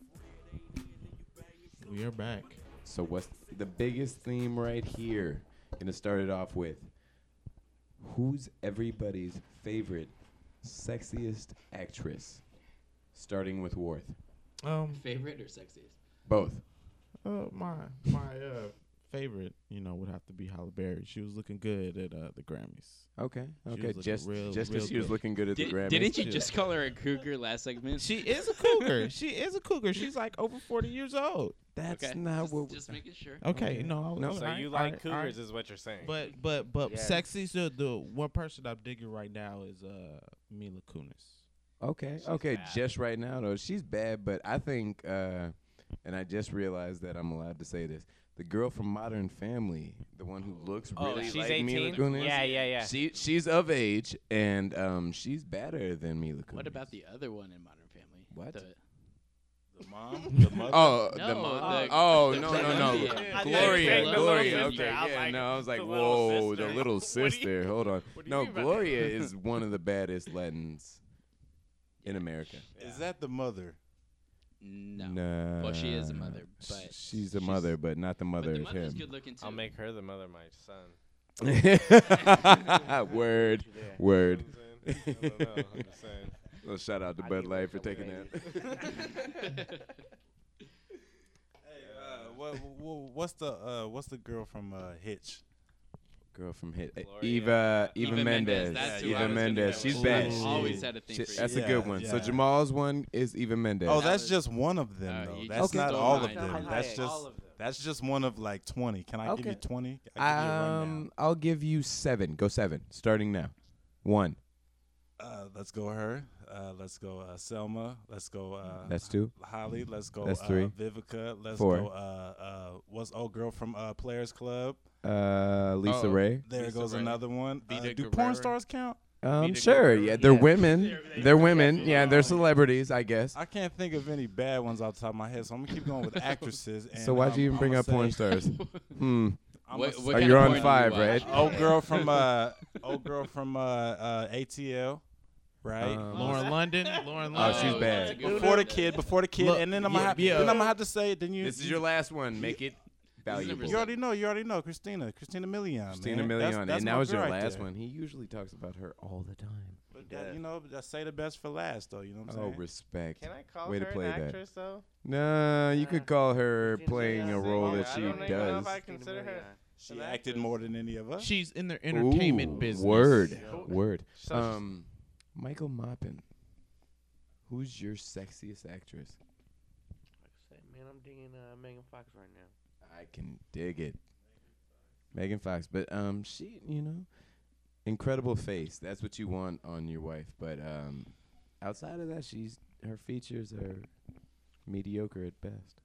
Speaker 2: We are back.
Speaker 3: So what's the biggest theme right here? Gonna start it off with who's everybody's favorite sexiest actress? Starting with Worth.
Speaker 2: Um,
Speaker 4: Favorite or sexiest?
Speaker 3: Both.
Speaker 2: Uh, my my uh favorite, you know, would have to be Halle Berry. She was looking good at uh, the Grammys.
Speaker 3: Okay,
Speaker 2: She
Speaker 3: okay,
Speaker 2: was looking
Speaker 3: just- just as she was looking good at the Did- Grammys.
Speaker 4: Didn't you
Speaker 3: Yeah.
Speaker 4: just call her a cougar last segment?
Speaker 2: She is a cougar. she is a cougar. She's like over forty years old.
Speaker 3: That's
Speaker 4: Okay.
Speaker 3: not
Speaker 4: Just-
Speaker 3: what.
Speaker 4: just making sure.
Speaker 2: Okay, no, no,
Speaker 6: So
Speaker 2: I-
Speaker 6: you
Speaker 2: I-
Speaker 6: like
Speaker 2: I-
Speaker 6: cougars, is what you're saying?
Speaker 2: But but but
Speaker 6: Yes.
Speaker 2: sexy. So the one person I'm digging right now is uh Mila Kunis.
Speaker 3: Okay, okay, just right now though, she's bad, but I think, uh, and I just realized that I'm allowed to say this. The girl from Modern Family, the one who looks
Speaker 6: Oh,
Speaker 3: really
Speaker 6: she's
Speaker 3: like Mila
Speaker 6: 18?
Speaker 3: Kunis.
Speaker 6: Yeah, yeah, yeah.
Speaker 3: She she's of age, and um, she's better than Mila Kunis.
Speaker 4: What about the other one in Modern Family?
Speaker 3: What?
Speaker 4: The,
Speaker 5: The mom? The mother?
Speaker 3: Oh, the
Speaker 4: No,
Speaker 3: mom.
Speaker 4: the-
Speaker 3: oh,
Speaker 4: the
Speaker 3: no, no, no.
Speaker 4: Columbia. I thought you said the
Speaker 3: Gloria,
Speaker 4: little
Speaker 3: Gloria.
Speaker 4: sister.
Speaker 3: Okay,
Speaker 4: I
Speaker 3: yeah,
Speaker 4: like
Speaker 3: no, I was like,
Speaker 4: the little
Speaker 3: whoa,
Speaker 4: sister.
Speaker 3: the little sister. Hold on. No,
Speaker 5: mean by that?
Speaker 3: Gloria is one of the baddest Latins in America.
Speaker 5: Is that the mother?
Speaker 4: No.
Speaker 3: No.
Speaker 4: Well, she is a mother,
Speaker 3: Sh-
Speaker 4: but
Speaker 3: she's the mother, but not the mother of him.
Speaker 4: looking
Speaker 6: I'll make her the mother of my son.
Speaker 3: word,
Speaker 6: Yeah.
Speaker 3: word.
Speaker 6: You know what I'm saying? I don't know, I'm just saying.
Speaker 3: Well, shout out to
Speaker 6: I
Speaker 3: Bud
Speaker 6: need
Speaker 3: Light for
Speaker 6: like a
Speaker 3: taking that.
Speaker 5: Uh, what, what's the uh, what's the girl from uh, Hitch?
Speaker 3: Girl from Hit, Eva, Eva,
Speaker 5: Eva
Speaker 3: Mendes.
Speaker 5: Mendes, that's who I
Speaker 3: Eva
Speaker 5: was gonna
Speaker 3: Mendes.
Speaker 5: go
Speaker 3: She's
Speaker 5: with.
Speaker 3: bad.
Speaker 5: Ooh. Always had a thing
Speaker 3: She-
Speaker 5: for
Speaker 3: that's
Speaker 5: Eva.
Speaker 3: a good one. So
Speaker 5: Yeah.
Speaker 3: Jamal's one is Eva Mendes.
Speaker 5: Oh, that's just one of them though.
Speaker 3: Uh, you
Speaker 5: That's
Speaker 3: just
Speaker 5: not
Speaker 3: stole
Speaker 5: all of
Speaker 3: mine.
Speaker 5: them.
Speaker 3: No,
Speaker 5: That's
Speaker 3: I-
Speaker 5: just
Speaker 3: all of
Speaker 5: that's just one of like twenty. Can I give you twenty?
Speaker 3: um, I'll give you seven. Go seven, starting now. One.
Speaker 5: Uh, let's go her. Uh, let's go uh, Selma. Let's go. Uh,
Speaker 3: That's two.
Speaker 5: Holly. Let's go.
Speaker 3: That's
Speaker 5: uh,
Speaker 3: three.
Speaker 5: Vivica. Let's
Speaker 3: Four.
Speaker 5: go. Uh, uh, what's old girl from uh, Players Club?
Speaker 3: Uh, Lisa
Speaker 5: Oh,
Speaker 3: Ray.
Speaker 5: There
Speaker 2: Lisa
Speaker 5: goes
Speaker 2: Ray.
Speaker 5: another one. Uh,
Speaker 2: Vida
Speaker 5: do porn
Speaker 2: Guerrero.
Speaker 5: stars count?
Speaker 3: Um, sure. Yeah, they're women. They're women. Yeah, they're celebrities, I guess.
Speaker 5: I can't think of any bad ones off the top of my head, so I'm gonna keep going with actresses. And,
Speaker 3: So why'd
Speaker 5: um,
Speaker 3: you even bring
Speaker 5: I'ma
Speaker 3: up porn
Speaker 5: say-
Speaker 3: stars? Hmm.
Speaker 5: I'ma
Speaker 3: What-
Speaker 5: say- Oh,
Speaker 3: what Oh, kind you're of on porn do you five, watch? right?
Speaker 5: Old girl from uh, old girl from uh, uh ATL, right?
Speaker 2: Um, Lauren London. Lauren
Speaker 5: Oh,
Speaker 2: London.
Speaker 5: she's bad. Before the kid, before the kid,
Speaker 2: Look,
Speaker 5: and then I'm
Speaker 2: yeah,
Speaker 5: gonna have,
Speaker 2: yeah.
Speaker 5: then I'm gonna have to say, then you.
Speaker 3: This is your last one. Make it valuable.
Speaker 5: You already know. You already know. Christina. Christina Milian.
Speaker 3: Christina
Speaker 5: man. That's-
Speaker 3: Milian,
Speaker 5: that's
Speaker 3: and
Speaker 5: my
Speaker 3: that was
Speaker 5: girl
Speaker 3: your
Speaker 5: right
Speaker 3: last
Speaker 5: there.
Speaker 3: one. He usually talks about her all the time.
Speaker 5: But that- you know, I say the best for last, though. You know what I'm
Speaker 3: Oh,
Speaker 5: saying?
Speaker 3: respect.
Speaker 6: Can I call
Speaker 3: Way
Speaker 6: her
Speaker 3: to play
Speaker 6: an
Speaker 3: that.
Speaker 6: actress, though?
Speaker 3: No, you could call her playing a role that
Speaker 6: I
Speaker 3: she
Speaker 6: don't even know
Speaker 3: does.
Speaker 6: if I consider her.
Speaker 5: She acted more than any of us.
Speaker 2: She's in their entertainment
Speaker 3: Ooh,
Speaker 2: business.
Speaker 3: Word,
Speaker 5: Yeah.
Speaker 3: word.
Speaker 5: So-
Speaker 3: Um, Michael Moppin. Who's your sexiest actress?
Speaker 7: Say, man, I'm digging uh, Megan Fox right now.
Speaker 3: I can dig it. Megan Fox, but um, she, you know, incredible face. That's what you want on your wife. But um, outside of that, she's her features are mediocre at best.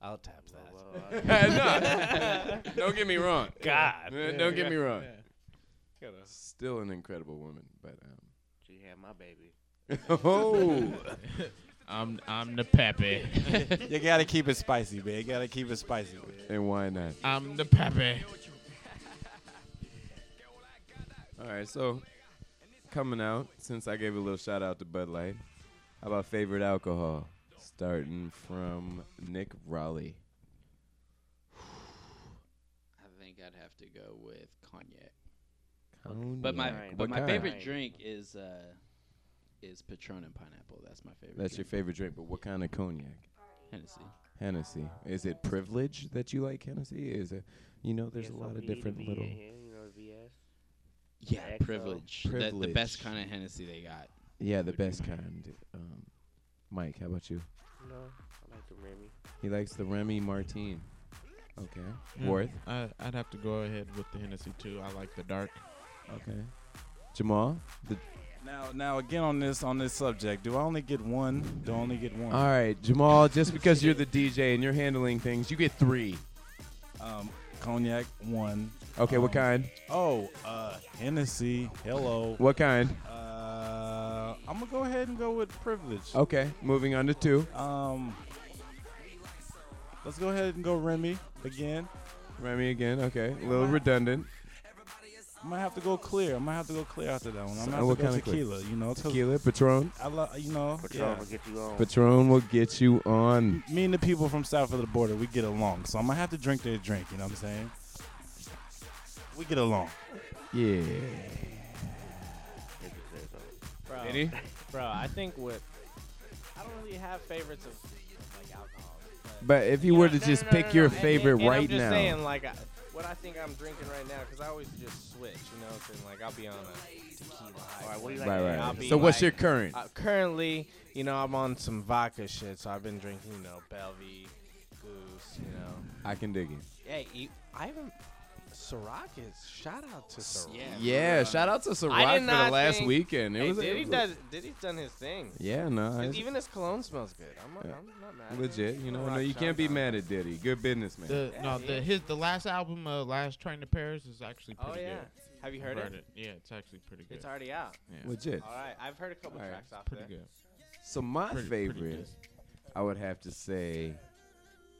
Speaker 6: I'll tap that.
Speaker 3: Uh, no, don't get me wrong.
Speaker 6: God.
Speaker 3: Uh, don't get me wrong.
Speaker 7: Yeah.
Speaker 3: Still an incredible woman, but um,
Speaker 7: She had my baby.
Speaker 3: oh,
Speaker 2: I'm I'm the peppy.
Speaker 5: you gotta keep it spicy, man. You gotta keep it spicy. Man.
Speaker 3: and why not?
Speaker 2: I'm the peppy.
Speaker 3: All right, so coming out since I gave a little shout out to Bud Light. How about favorite alcohol? Starting from Nick Raleigh.
Speaker 4: I think I'd have to go with cognac.
Speaker 3: Oh,
Speaker 4: But my
Speaker 3: Cognac.
Speaker 4: but
Speaker 3: What
Speaker 4: my
Speaker 3: kind?
Speaker 4: favorite drink is uh is Patron and pineapple. That's my favorite.
Speaker 3: That's your
Speaker 4: drink.
Speaker 3: favorite drink, but what kind of cognac?
Speaker 4: Hennessy.
Speaker 3: Hennessy. Is it privilege that you like Hennessy? Is it? You know, there's a lot of different little.
Speaker 7: you know, the VS.
Speaker 4: Yeah,
Speaker 7: XO.
Speaker 4: privilege. The, the best kind of Hennessy they got.
Speaker 3: Yeah, the best kind. Um, Mike, how about you?
Speaker 7: No, I like the Remy.
Speaker 3: He likes the Remy Martine. Okay.
Speaker 5: Hmm.
Speaker 2: Mm,
Speaker 3: Worth.
Speaker 2: I, I'd have to go ahead with the Hennessy too. I like the dark.
Speaker 3: Okay. Jamal. The,
Speaker 5: Now, now again on this on this subject, do I only get one? Do I only get one?
Speaker 3: all right, Jamal. Just because you're the DJ and you're handling things, you get three.
Speaker 5: Um, cognac one.
Speaker 3: Okay, what
Speaker 5: Um,
Speaker 3: kind?
Speaker 5: Oh, uh, Hennessy. Hello.
Speaker 3: What kind?
Speaker 5: Uh, I'm gonna go ahead and go with privilege.
Speaker 3: Okay, moving on to two.
Speaker 5: Um, let's go ahead and go Remy again.
Speaker 3: Remy again. Okay, a little redundant.
Speaker 5: I'm gonna have to go clear. I'm gonna have to go clear after that one. I'm
Speaker 3: So
Speaker 5: gonna have
Speaker 3: what
Speaker 5: to go
Speaker 3: kinda clear?
Speaker 5: tequila. You know, 'cause Oh.
Speaker 3: Tequila, Patron?
Speaker 5: I love you know.
Speaker 7: Patron
Speaker 5: yeah.
Speaker 7: will get you on.
Speaker 3: Patron will get you on.
Speaker 5: Me and the people from south of the border, we get along. So I'm gonna have to drink their drink. You know what I'm saying? We get along.
Speaker 3: Yeah.
Speaker 6: Bro,
Speaker 5: Did he?
Speaker 6: bro, I think with I don't really have favorites of like alcohol.
Speaker 3: But if you
Speaker 6: know,
Speaker 3: were to
Speaker 6: no, no,
Speaker 3: just
Speaker 6: no,
Speaker 3: pick
Speaker 6: no,
Speaker 3: your
Speaker 6: no, and-
Speaker 3: favorite
Speaker 6: and- and
Speaker 3: right
Speaker 6: I'm just
Speaker 3: now.
Speaker 6: saying like I, what I think I'm drinking right now because I always just switch, you know. So like I'll be on a tequila. All right, what do
Speaker 3: you like Right, right, right.
Speaker 6: I'll be
Speaker 3: So what's
Speaker 6: like-
Speaker 3: your current?
Speaker 6: Uh, currently, you know, I'm on some vodka shit, so I've been drinking, you know, Belvy, Goose, you know.
Speaker 3: I can dig it.
Speaker 6: Hey, you, I haven't. Ciroc is shout out to Ciroc.
Speaker 3: Yeah, shout out to Ciroc
Speaker 6: I
Speaker 3: for
Speaker 6: did
Speaker 3: the
Speaker 6: not
Speaker 3: last
Speaker 6: think-
Speaker 3: weekend. It
Speaker 6: hey,
Speaker 3: was- it
Speaker 6: Diddy
Speaker 3: was a-
Speaker 6: does Diddy's done his thing.
Speaker 3: Yeah, no,
Speaker 6: Cause
Speaker 3: it's-
Speaker 6: Even his cologne smells good. I'm,
Speaker 3: Yeah.
Speaker 6: I'm not mad. at
Speaker 3: Legit,
Speaker 6: him.
Speaker 3: you know,
Speaker 6: Ciroc
Speaker 3: no, you
Speaker 6: shout
Speaker 3: can't be
Speaker 6: out.
Speaker 3: mad at Diddy. Good businessman.
Speaker 2: The, no, the
Speaker 6: yeah.
Speaker 2: his the last album, uh, Last Train to Paris, is actually
Speaker 6: Oh,
Speaker 2: pretty
Speaker 6: yeah.
Speaker 2: good.
Speaker 6: Have you heard
Speaker 2: I've
Speaker 6: it?
Speaker 2: Yeah, it's actually pretty good.
Speaker 6: It's already out.
Speaker 2: Yeah.
Speaker 3: Legit.
Speaker 6: All right, I've heard a couple
Speaker 3: Alright,
Speaker 6: tracks off
Speaker 2: pretty
Speaker 6: there.
Speaker 2: good.
Speaker 3: So my
Speaker 2: Pretty- pretty
Speaker 3: favorite, I would have to say,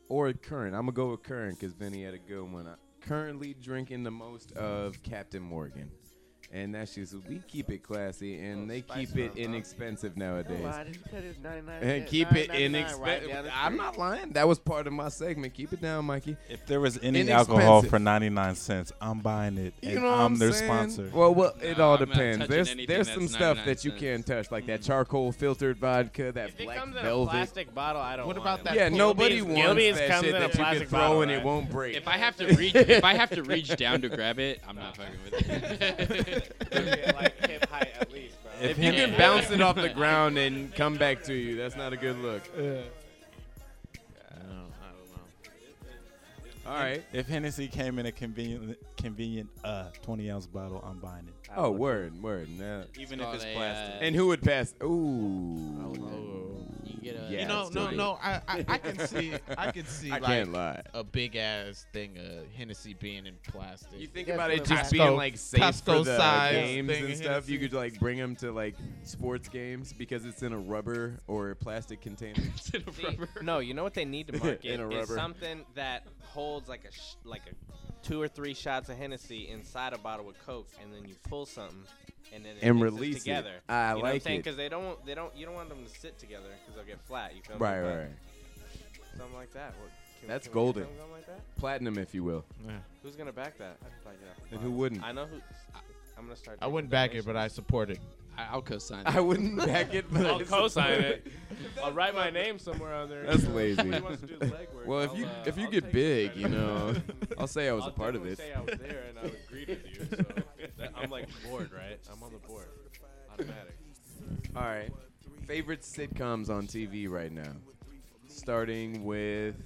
Speaker 3: or current. I'm gonna go with current because Vinny had a good one. i currently drinking the most of Captain Morgan, and that's just we keep it classy and they keep it inexpensive nowadays.
Speaker 7: Why did you cut his 99
Speaker 3: And
Speaker 7: cents?
Speaker 3: keep it
Speaker 7: 9.99 right
Speaker 3: inexpensive.
Speaker 7: down the
Speaker 3: I'm
Speaker 7: street.
Speaker 3: not lying. That was part of my segment. Keep it down, Mikey.
Speaker 5: If there was Any alcohol
Speaker 3: Inexpensive.
Speaker 5: for 99 cents, I'm buying it.
Speaker 3: You
Speaker 5: and
Speaker 3: know what
Speaker 5: I'm,
Speaker 3: I'm
Speaker 5: their
Speaker 3: saying?
Speaker 5: sponsor.
Speaker 3: Well, well, it
Speaker 5: No,
Speaker 3: all
Speaker 5: I'm not
Speaker 3: depends.
Speaker 5: touching
Speaker 3: There's
Speaker 5: anything
Speaker 3: there's
Speaker 5: that's
Speaker 3: some stuff
Speaker 5: 99
Speaker 3: that you
Speaker 5: cents.
Speaker 3: can't touch, like
Speaker 5: Hmm.
Speaker 3: that charcoal filtered vodka, that
Speaker 6: If it
Speaker 3: black
Speaker 6: comes in a
Speaker 3: velvet.
Speaker 6: plastic bottle, I don't.
Speaker 2: What about
Speaker 6: want it.
Speaker 2: that?
Speaker 3: yeah,
Speaker 2: Gilby's-
Speaker 3: nobody wants
Speaker 2: Gilby's
Speaker 3: that
Speaker 2: comes
Speaker 3: shit
Speaker 2: in a
Speaker 3: that you can
Speaker 2: plastic
Speaker 3: throw
Speaker 2: bottle,
Speaker 3: and it
Speaker 2: right?
Speaker 3: won't break.
Speaker 2: If I have to reach, if I have to reach down to grab it, I'm not fucking with it.
Speaker 6: like hip height at least, bro.
Speaker 3: If you can bounce it off the ground and come back to you, that's not a good look.
Speaker 2: I don't know. I don't know.
Speaker 3: All right.
Speaker 5: If Hennessy came in a convenient, convenient uh, 20 ounce bottle, I'm buying it.
Speaker 3: Oh, word, word. No.
Speaker 2: Even if it's Called a, plastic. uh,
Speaker 3: and who would pass? Ooh.
Speaker 2: You can get a.
Speaker 3: Yeah,
Speaker 2: you know,
Speaker 3: let's
Speaker 2: no,
Speaker 3: do it.
Speaker 2: no. I, I, I can see, I can see.
Speaker 3: I
Speaker 2: like,
Speaker 3: can't lie.
Speaker 2: A big ass thing of Hennessy being in plastic.
Speaker 3: You think about it just being like safe for the games and stuff. You could like bring them to like sports games because it's in a rubber or a plastic container.
Speaker 6: See, No, you know what they need to market
Speaker 3: In a
Speaker 6: is
Speaker 3: rubber.
Speaker 6: something that holds like a sh- like a two or three shots of Hennessy inside a bottle with Coke, and then you pull something, and then it
Speaker 3: And
Speaker 6: mixes
Speaker 3: release it.
Speaker 6: together. you
Speaker 3: I
Speaker 6: know what I'm
Speaker 3: like
Speaker 6: saying?
Speaker 3: it.
Speaker 6: Because they don't they don't you don't want them to sit together because they'll get flat. You feel me?
Speaker 3: Right,
Speaker 6: But
Speaker 3: right.
Speaker 6: Something like that. What, can we-
Speaker 3: That's
Speaker 6: can we get
Speaker 3: golden.
Speaker 6: something like that?
Speaker 3: Platinum, if you will.
Speaker 6: Who's gonna back that? I'd back it up.
Speaker 3: And who wouldn't?
Speaker 6: I know who. I, I'm gonna start.
Speaker 2: I wouldn't back it, but I support it. I, will co-sign.
Speaker 3: I wouldn't back it, but
Speaker 6: I'll
Speaker 3: it's-
Speaker 6: co-sign it. I'll write my name somewhere on there.
Speaker 3: That's
Speaker 6: You know, if
Speaker 3: lazy.
Speaker 6: somebody wants to do the legwork,
Speaker 3: well, if
Speaker 6: I'll,
Speaker 3: you
Speaker 6: uh,
Speaker 3: if you
Speaker 6: I'll
Speaker 3: get
Speaker 6: take
Speaker 3: big,
Speaker 6: credit.
Speaker 3: you know, I'll say I was
Speaker 6: I'll
Speaker 3: a part of
Speaker 6: definitely
Speaker 3: this.
Speaker 6: Say I was there and I agreed with you. So that- I'm like bored, right? I'm on the board. Automatic.
Speaker 3: All right. Favorite sitcoms on TV right now, starting with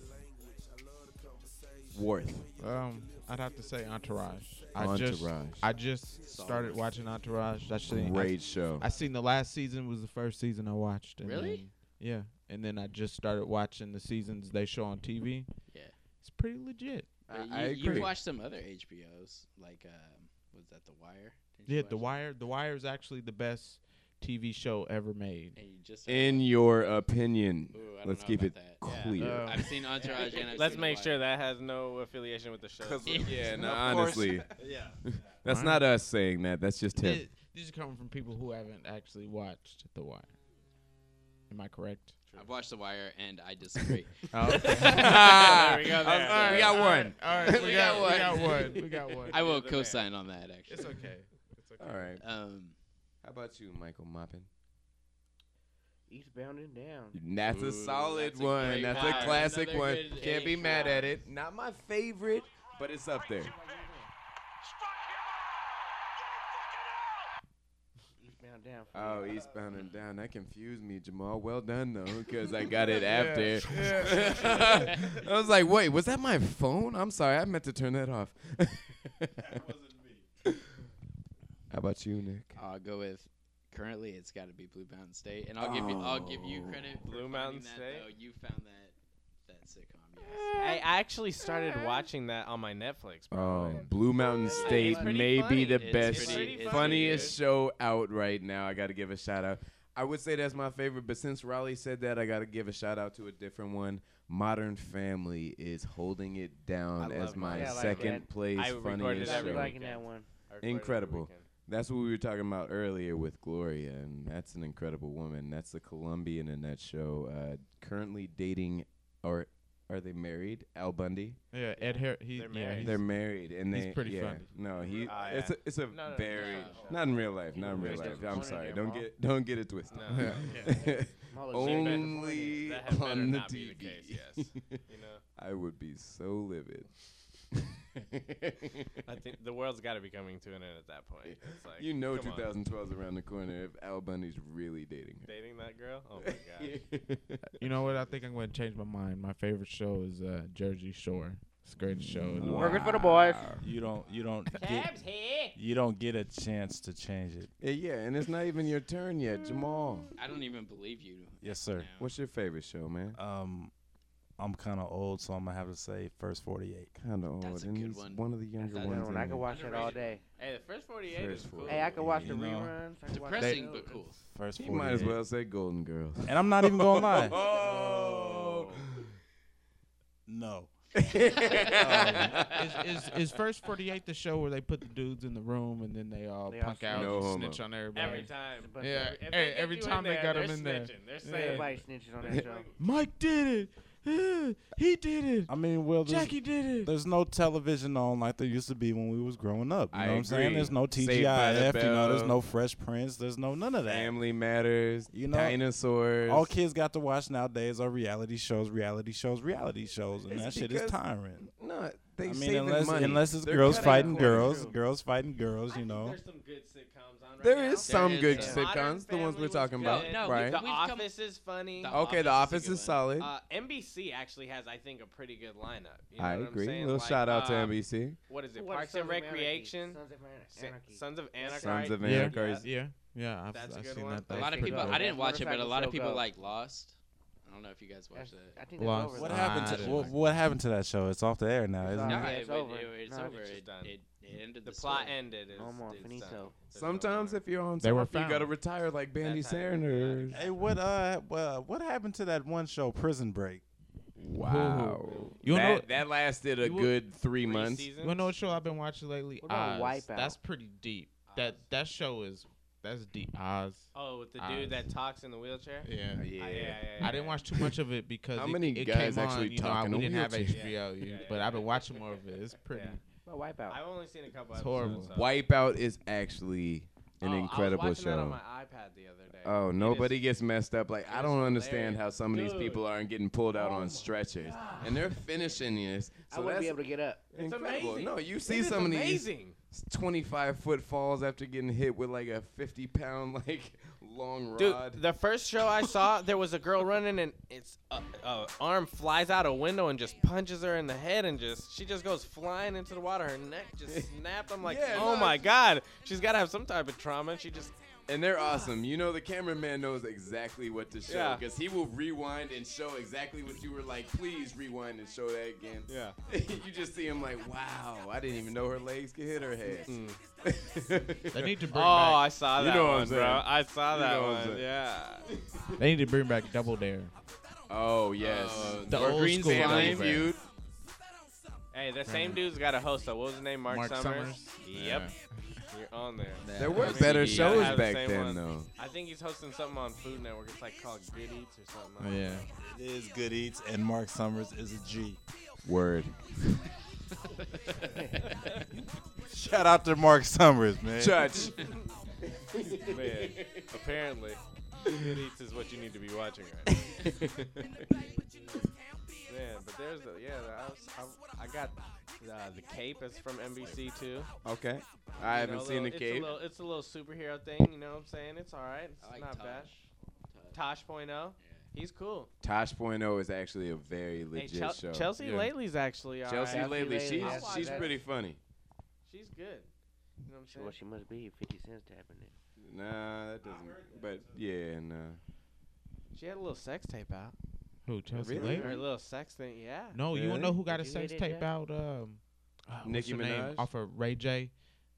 Speaker 3: Worth.
Speaker 2: Um, I'd have to say Entourage. I just,
Speaker 3: Entourage.
Speaker 2: I just started watching Entourage. That's the- I-
Speaker 3: Great show.
Speaker 2: I seen the last season was the first season I watched. and
Speaker 4: Really?
Speaker 2: then- yeah, and then I just started watching the seasons they show on TV.
Speaker 4: Yeah.
Speaker 2: it's pretty legit.
Speaker 4: But you,
Speaker 2: I
Speaker 4: You've
Speaker 2: agree.
Speaker 4: watched some other HBOs, like um, was that The Wire? Didn't you
Speaker 2: Yeah,
Speaker 4: watch
Speaker 2: The
Speaker 4: that?
Speaker 2: Wire. The Wire is actually the best TV show ever made.
Speaker 4: And you just
Speaker 3: In your opinion,
Speaker 4: Ooh, I don't
Speaker 3: let's
Speaker 4: know
Speaker 3: keep it
Speaker 4: about that. Yeah.
Speaker 3: clear.
Speaker 4: Um, I've seen Entourage and I've
Speaker 6: Let's
Speaker 4: seen
Speaker 6: make
Speaker 4: Wire.
Speaker 6: sure that has no affiliation with the show.
Speaker 3: yeah, no,
Speaker 6: Of course.
Speaker 3: honestly,
Speaker 6: yeah.
Speaker 3: that's
Speaker 2: Alright.
Speaker 3: not us saying that. That's just him.
Speaker 2: Th- These are coming from people who haven't actually watched The Wire. Am I correct?
Speaker 4: I've watched The Wire and I disagree.
Speaker 2: Oh. There we go
Speaker 3: I'm sorry, we got
Speaker 4: All right,
Speaker 3: one.
Speaker 4: all right,
Speaker 3: We got
Speaker 2: one. We got one.
Speaker 4: I
Speaker 2: You're
Speaker 4: will
Speaker 2: the
Speaker 4: co-sign
Speaker 2: man.
Speaker 4: on that. Actually,
Speaker 2: It's okay. It's okay.
Speaker 3: All right.
Speaker 4: Um,
Speaker 3: How about you, Michael Moppin?
Speaker 7: Eastbound and down.
Speaker 3: That's a solid one. that's a classic one. Can't be mad at it. Not my favorite, but it's up there.
Speaker 7: Eastbound down.
Speaker 3: Oh, Eastbound and Down. That confused me, Jamal. Well done, though, because I got it after.
Speaker 7: Yeah.
Speaker 3: I was like, wait, was that my phone? I'm sorry. I meant to turn that off. that wasn't me. How about you, Nick?
Speaker 4: I'll go with. Currently, it's got to be Blue Mountain State, and I'll give you I'll give you
Speaker 3: Oh.
Speaker 4: credit. For
Speaker 6: Blue
Speaker 4: finding
Speaker 6: Mountain
Speaker 4: that,
Speaker 6: State?
Speaker 4: Though. You found that that sitcom. Yes.
Speaker 6: I actually started watching that on my Netflix.
Speaker 3: Oh, Blue Mountain State
Speaker 6: pretty
Speaker 3: may
Speaker 6: funny.
Speaker 3: be the
Speaker 6: It's
Speaker 3: best,
Speaker 6: pretty- it's
Speaker 3: funniest
Speaker 6: pretty
Speaker 3: show out right now. I got to give a shout out. I would say that's my favorite, but since Raleigh said that, I got to give a shout out to a different one. Modern Family is holding it down
Speaker 6: I
Speaker 3: as
Speaker 6: love
Speaker 3: my
Speaker 6: Modern Family.
Speaker 3: second
Speaker 6: Yeah, I like
Speaker 3: place
Speaker 6: that. I recorded
Speaker 3: funniest
Speaker 6: every
Speaker 3: show.
Speaker 6: weekend.
Speaker 7: that one.
Speaker 3: incredible. That's what we were talking about earlier with Gloria, and that's an incredible woman. That's the Colombian in that show, uh, currently dating, or are they married? Al Bundy.
Speaker 2: Yeah, Ed Her- he- They're yeah, married. he's-
Speaker 3: they're married, and
Speaker 2: he's
Speaker 3: they.
Speaker 2: pretty
Speaker 3: yeah,
Speaker 2: funny.
Speaker 3: No, he.
Speaker 2: Ah,
Speaker 3: It's a,
Speaker 2: yeah.
Speaker 3: it's
Speaker 2: No,
Speaker 3: a
Speaker 2: no, no,
Speaker 3: very
Speaker 2: no,
Speaker 3: not in real life. Not in
Speaker 2: Yeah,
Speaker 3: real
Speaker 2: it's
Speaker 3: life.
Speaker 2: just
Speaker 3: I'm
Speaker 2: funny
Speaker 3: sorry.
Speaker 2: to
Speaker 3: Don't
Speaker 2: mom.
Speaker 3: get don't get it twisted.
Speaker 2: No, no, yeah. Mama's shit back in the morning.
Speaker 3: Only
Speaker 2: That had better
Speaker 3: on the
Speaker 2: not be
Speaker 3: TV.
Speaker 2: the case, yes. You know?
Speaker 3: I would be so livid.
Speaker 6: I think the world's got to be coming to an end at that point. It's like
Speaker 3: you know,
Speaker 6: come on.
Speaker 3: 2012 is around the corner if Al Bundy's really dating her.
Speaker 6: dating that girl. Oh my god.
Speaker 2: You know what? I think I'm going to change my mind. My favorite show is uh, Jersey Shore. It's the greatest show. in the world.
Speaker 5: You don't. You don't.
Speaker 2: Tabs
Speaker 5: Get,
Speaker 4: here.
Speaker 5: you don't get a chance to change it.
Speaker 3: Yeah, yeah, and it's not even your turn yet, Jamal.
Speaker 4: I don't even believe you.
Speaker 5: Yes, sir.
Speaker 3: What's your favorite show, man?
Speaker 5: Um, I'm kind of old, so I'm gonna have to say first 48.
Speaker 3: Kind of old.
Speaker 5: That's
Speaker 3: and he's One of the younger ones. in there.
Speaker 7: it all day.
Speaker 4: Hey, the first 48
Speaker 3: First
Speaker 4: is cool.
Speaker 3: 48. Hey, I could watch the
Speaker 5: You know,
Speaker 7: reruns, I could watch
Speaker 4: Depressing,
Speaker 7: the
Speaker 4: but cool.
Speaker 5: First
Speaker 3: He might as
Speaker 5: 48.
Speaker 3: well say Golden Girls.
Speaker 5: And I'm not even gonna lie. No.
Speaker 2: is, is, is first 48 the show where they put the dudes in the room and then they all
Speaker 7: They all
Speaker 2: punk out
Speaker 3: No
Speaker 2: and
Speaker 3: homo.
Speaker 2: snitch on everybody
Speaker 6: Every time. But
Speaker 2: yeah
Speaker 6: if they
Speaker 2: hey,
Speaker 6: get
Speaker 2: every
Speaker 6: you in
Speaker 2: time they
Speaker 6: there,
Speaker 2: got
Speaker 6: they're
Speaker 2: them in there
Speaker 6: snitching. They're
Speaker 2: Yeah.
Speaker 6: saying- Everybody
Speaker 7: snitches on that show.
Speaker 2: Mike did it he did it
Speaker 5: I mean, well, there's-
Speaker 2: Jackie did it
Speaker 5: There's no television on like there used to be when we was growing up. You
Speaker 3: I
Speaker 5: know what I'm saying?
Speaker 3: agree.
Speaker 5: There's no
Speaker 3: Saved by the
Speaker 5: TGIF. You know, there's
Speaker 3: Bell.
Speaker 5: no Fresh Prince. There's no none of that.
Speaker 3: Family Matters.
Speaker 5: You know,
Speaker 3: dinosaurs.
Speaker 5: All kids got to watch nowadays are reality shows, reality shows, reality shows, and
Speaker 3: It's
Speaker 5: that shit is
Speaker 3: because-
Speaker 5: tyrant.
Speaker 3: No, they
Speaker 5: I mean,
Speaker 3: saving
Speaker 5: unless
Speaker 3: money.
Speaker 5: unless it's
Speaker 3: They're
Speaker 5: girls
Speaker 3: cutting
Speaker 5: fighting
Speaker 3: corners.
Speaker 5: girls, girls fighting girls. You know,
Speaker 6: There's some good sitcoms on right
Speaker 3: There
Speaker 6: now.
Speaker 3: is some good
Speaker 6: Modern
Speaker 3: sitcoms, the ones
Speaker 6: Family
Speaker 3: we're
Speaker 6: was
Speaker 3: talking
Speaker 6: good.
Speaker 3: about, No, right?
Speaker 6: The
Speaker 3: we've
Speaker 6: Office is funny.
Speaker 3: okay, The Office is solid.
Speaker 6: Uh, NBC actually has, I think, a pretty good lineup. You know
Speaker 3: I
Speaker 6: what I'm
Speaker 3: agree.
Speaker 6: saying?
Speaker 3: Little
Speaker 6: Like,
Speaker 3: shout out to
Speaker 6: um,
Speaker 3: NBC.
Speaker 6: What is it?
Speaker 7: What,
Speaker 6: Parks
Speaker 7: Sons
Speaker 6: and
Speaker 7: of Anarchy.
Speaker 6: Recreation.
Speaker 7: Sons of Anar-
Speaker 6: Sa-
Speaker 7: Anarchy.
Speaker 6: Sons of
Speaker 7: That's
Speaker 6: Anarchy.
Speaker 3: Sons of
Speaker 2: Yeah.
Speaker 3: Anarchy.
Speaker 2: Yeah. Yeah, I've-
Speaker 6: That's a
Speaker 2: I've
Speaker 6: good
Speaker 2: seen
Speaker 6: one.
Speaker 2: that.
Speaker 4: A
Speaker 2: That's
Speaker 4: lot of
Speaker 2: pretty
Speaker 4: people.
Speaker 2: good.
Speaker 4: I didn't watch it, but a
Speaker 7: Motorcycle
Speaker 4: lot of
Speaker 7: Show
Speaker 4: people
Speaker 7: Go.
Speaker 4: like Lost. I don't know if you guys watched that.
Speaker 7: I think
Speaker 5: Well,
Speaker 7: that's over.
Speaker 5: what
Speaker 7: though.
Speaker 5: happened to what, what happened to that show? It's off the air now, isn't
Speaker 4: No,
Speaker 5: it?
Speaker 4: it,
Speaker 7: it's
Speaker 4: it-
Speaker 7: over.
Speaker 4: it- it's
Speaker 7: No,
Speaker 4: over.
Speaker 7: it's
Speaker 4: It, it, it ended. The,
Speaker 6: plot
Speaker 4: story.
Speaker 6: ended. It's,
Speaker 7: No more,
Speaker 6: it's
Speaker 7: finito.
Speaker 6: done.
Speaker 3: Sometimes if you're on
Speaker 2: They were
Speaker 3: top, you gotta
Speaker 2: found.
Speaker 3: retire like Bandy
Speaker 6: That's how
Speaker 3: Sanders.
Speaker 5: Hey, what uh, well, what happened to that one show, Prison Break?
Speaker 3: Wow.
Speaker 2: You
Speaker 3: that,
Speaker 2: know-
Speaker 3: that lasted a
Speaker 2: you will-
Speaker 3: good three months.
Speaker 2: You wanna know what show I've been watching lately?
Speaker 7: What
Speaker 2: Oz.
Speaker 7: about Wipeout?
Speaker 2: That's pretty deep. That that show is that's deep. Oz.
Speaker 6: Oh, with the
Speaker 2: Oz.
Speaker 6: dude that talks in the wheelchair.
Speaker 2: Uh, Yeah.
Speaker 6: Ah, yeah, yeah, yeah,
Speaker 2: I didn't
Speaker 6: yeah.
Speaker 2: watch too much of it because
Speaker 3: Oh, How
Speaker 2: it,
Speaker 3: many
Speaker 2: it
Speaker 3: guys
Speaker 2: came
Speaker 3: actually
Speaker 2: on, you know,
Speaker 3: talk
Speaker 2: I-
Speaker 3: in a
Speaker 2: we didn't have
Speaker 3: wheelchair?
Speaker 2: HBO, you- but I've been watching more of it. It's pretty.
Speaker 7: Well, Wipeout.
Speaker 6: I've only seen a couple.
Speaker 3: It's
Speaker 6: episodes,
Speaker 3: horrible.
Speaker 6: so-
Speaker 3: Wipeout is actually an
Speaker 6: Oh, I was
Speaker 3: incredible
Speaker 6: watching
Speaker 3: show.
Speaker 6: that on my iPad the other day.
Speaker 3: Oh,
Speaker 6: It
Speaker 3: nobody gets messed up. Like
Speaker 6: it
Speaker 3: I
Speaker 6: is
Speaker 3: don't understand
Speaker 6: hilarious. Oh
Speaker 3: how some of these
Speaker 6: Dude.
Speaker 3: people aren't getting pulled out on stretchers, and they're finishing this.
Speaker 7: I
Speaker 3: So
Speaker 7: wouldn't
Speaker 3: that's
Speaker 7: be able to get up.
Speaker 6: It's
Speaker 3: incredible.
Speaker 6: amazing.
Speaker 3: No, you
Speaker 6: It
Speaker 3: see
Speaker 6: is
Speaker 3: some of these
Speaker 6: amazing.
Speaker 3: 25 foot falls after getting hit with like a 50 pound like long rod.
Speaker 6: Dude, the first show I saw, there was a girl running, and its uh, uh, arm flies out a window and just punches her in the head, and just she just goes flying into the water. Her neck just snapped. I'm like,
Speaker 3: Yeah,
Speaker 6: oh
Speaker 3: no,
Speaker 6: my
Speaker 3: it's-
Speaker 6: god, she's got to have some type of trauma. and She just
Speaker 3: And they're awesome. You know, the cameraman knows exactly what to show
Speaker 6: Yeah.
Speaker 3: because he will rewind and show exactly what you were like. Please rewind and show that again.
Speaker 6: Yeah.
Speaker 3: you just see him like, wow, I didn't even know her legs could hit her head.
Speaker 2: Hmm. They need to
Speaker 6: oh,
Speaker 2: bring back.
Speaker 6: I saw
Speaker 3: You
Speaker 6: that
Speaker 3: know what I'm
Speaker 6: one, bro.
Speaker 3: saying.
Speaker 6: I saw
Speaker 3: You
Speaker 6: that
Speaker 3: know what I'm
Speaker 6: one.
Speaker 3: saying.
Speaker 6: Yeah.
Speaker 2: They need to bring back Double Dare.
Speaker 3: Oh yes,
Speaker 2: Uh, the
Speaker 3: Or
Speaker 2: old
Speaker 3: Green
Speaker 2: school
Speaker 3: Family
Speaker 2: Double Dare.
Speaker 3: Feud.
Speaker 6: Hey, the same dude's got a host. though. What was his name? Mark,
Speaker 2: Mark
Speaker 6: Summers.
Speaker 2: Summers?
Speaker 6: Yep. You're on there.
Speaker 3: There were better
Speaker 2: uh,
Speaker 6: he
Speaker 3: shows
Speaker 6: had the
Speaker 3: back
Speaker 6: same
Speaker 3: then,
Speaker 6: one.
Speaker 3: though.
Speaker 6: I think he's hosting something on Food Network. It's like called Good Eats or something.
Speaker 3: Oh, yeah.
Speaker 5: It is Good Eats, and Mark Summers is a G.
Speaker 3: Word.
Speaker 5: Shout out to Mark Summers, man.
Speaker 3: Judge.
Speaker 6: Man, apparently, Good Eats is what you need to be watching right now. Man, but there's the yeah. I, was, I, I got uh, the cape is from NBC too.
Speaker 3: Okay, I
Speaker 6: You know,
Speaker 3: haven't seen
Speaker 6: little-
Speaker 3: the
Speaker 6: it's a
Speaker 3: cape.
Speaker 6: little- It's a little superhero thing, you know what I'm saying? It's all right. It's
Speaker 4: like
Speaker 6: not
Speaker 4: Tosh.
Speaker 6: bad. Tosh. Tosh.0. He's cool.
Speaker 3: Tosh.0 is actually a very legit
Speaker 6: hey, Chel-
Speaker 3: show.
Speaker 6: Chelsea Lately's actually all right.
Speaker 3: Chelsea Lately,
Speaker 7: Lately,
Speaker 3: she's
Speaker 7: yeah.
Speaker 3: she's
Speaker 6: That's-
Speaker 3: pretty funny.
Speaker 6: She's good. You know what I'm
Speaker 7: Well,
Speaker 6: saying?
Speaker 7: she must be 50 Cent's tapping it.
Speaker 3: Nah, that doesn't. But yeah, nah.
Speaker 6: She had a little sex tape out.
Speaker 2: Who Chelsea
Speaker 3: Really?
Speaker 2: Lately?
Speaker 6: Her little sex thing, yeah.
Speaker 2: No, you wanna know
Speaker 3: Really?
Speaker 2: who got a
Speaker 7: Did you hear
Speaker 2: sex
Speaker 7: that,
Speaker 2: tape
Speaker 7: Jack?
Speaker 2: out? Um, uh, what's
Speaker 3: Nicki
Speaker 2: her name?
Speaker 3: Minaj?
Speaker 2: off of Ray J,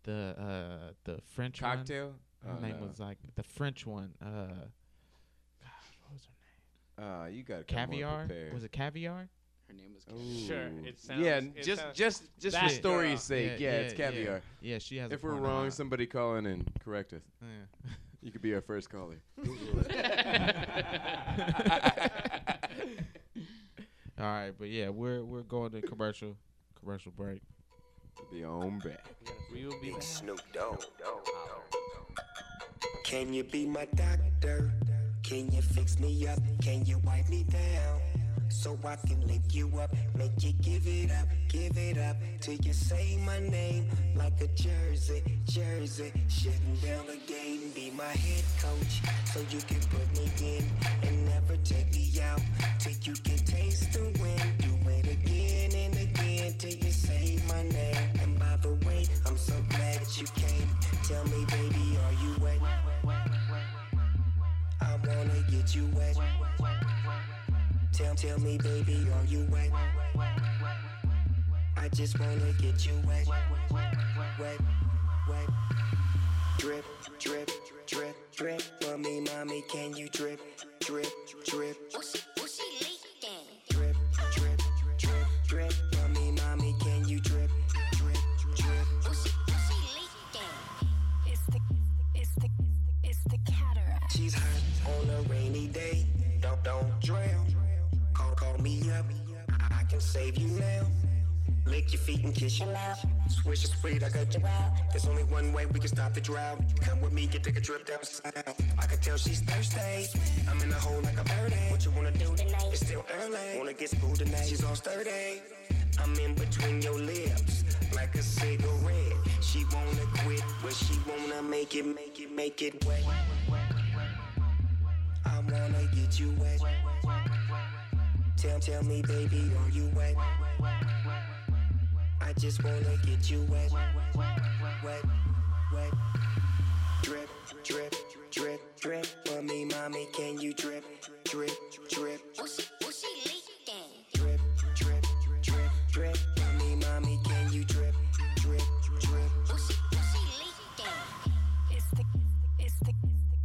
Speaker 2: the uh the French one.
Speaker 3: Cocktail?
Speaker 2: Her
Speaker 3: Oh,
Speaker 2: name
Speaker 3: no.
Speaker 2: was like the French one. Uh, God, what was her name?
Speaker 3: Uh, you got
Speaker 2: Caviar. Was it Caviar?
Speaker 4: Her her name was.
Speaker 8: Ooh.
Speaker 4: Karen.
Speaker 8: Sure, it sounds- Yeah, it just- sounds-
Speaker 3: just just for
Speaker 8: That
Speaker 3: story's
Speaker 8: girl.
Speaker 3: sake, yeah,
Speaker 8: Yeah,
Speaker 3: it's
Speaker 8: yeah, yeah.
Speaker 3: caviar.
Speaker 2: Yeah, she has a
Speaker 3: If we're
Speaker 2: porno
Speaker 3: wrong,
Speaker 2: out.
Speaker 3: somebody call in and correct us.
Speaker 2: Yeah.
Speaker 3: you could be our first caller.
Speaker 2: All right, but yeah, we're we're going to commercial commercial break.
Speaker 3: Be on back.
Speaker 6: We will be
Speaker 16: Big Snoop Dogg. Can you be my doctor? Can you fix me up? Can you wipe me down? So I can lick you up, make you give it up, give it up till you say my name like a jersey, jersey. Shutting down the game, be my head coach so you can put me in and never take me out till you can taste the wind. Do it again and again till you say my name. And by the way, I'm so glad that you came. Tell me, baby, are you wet? I wanna get you wet. Tell, tell me, baby, are you wet? I just wanna get you wet, wet, wet. Drip, drip, drip, drip. For me, mommy, can you drip, drip, drip? Drip, drip, drip, drip. For me, mommy, can you drip, drip, drip?
Speaker 17: It's the, it's the, it's the cataract.
Speaker 16: She's hot on a rainy day. Don't don't drown. Call call me up. I can save you now. Lick your feet and kiss your mouth. Swish is free like a drought. There's only one way we can stop the drought. Come with me, get take a trip down south. I can tell she's thirsty. I'm in the hole like a birdie. What you wanna do tonight? It's still early. Wanna get schooled tonight? She's all sturdy. I'm in between your lips like a cigarette. She wanna quit, but she wanna make it, make it, make it wet. I wanna get you wet. Tell, tell me, baby, are you wet? I just wanna get you wet, wet, wet. Drip, drip, drip, drip. For me, mommy, can you drip, drip, drip? Drip, drip, drip, drip. For me, mommy, can you drip, drip, drip?
Speaker 17: It's the, it's the,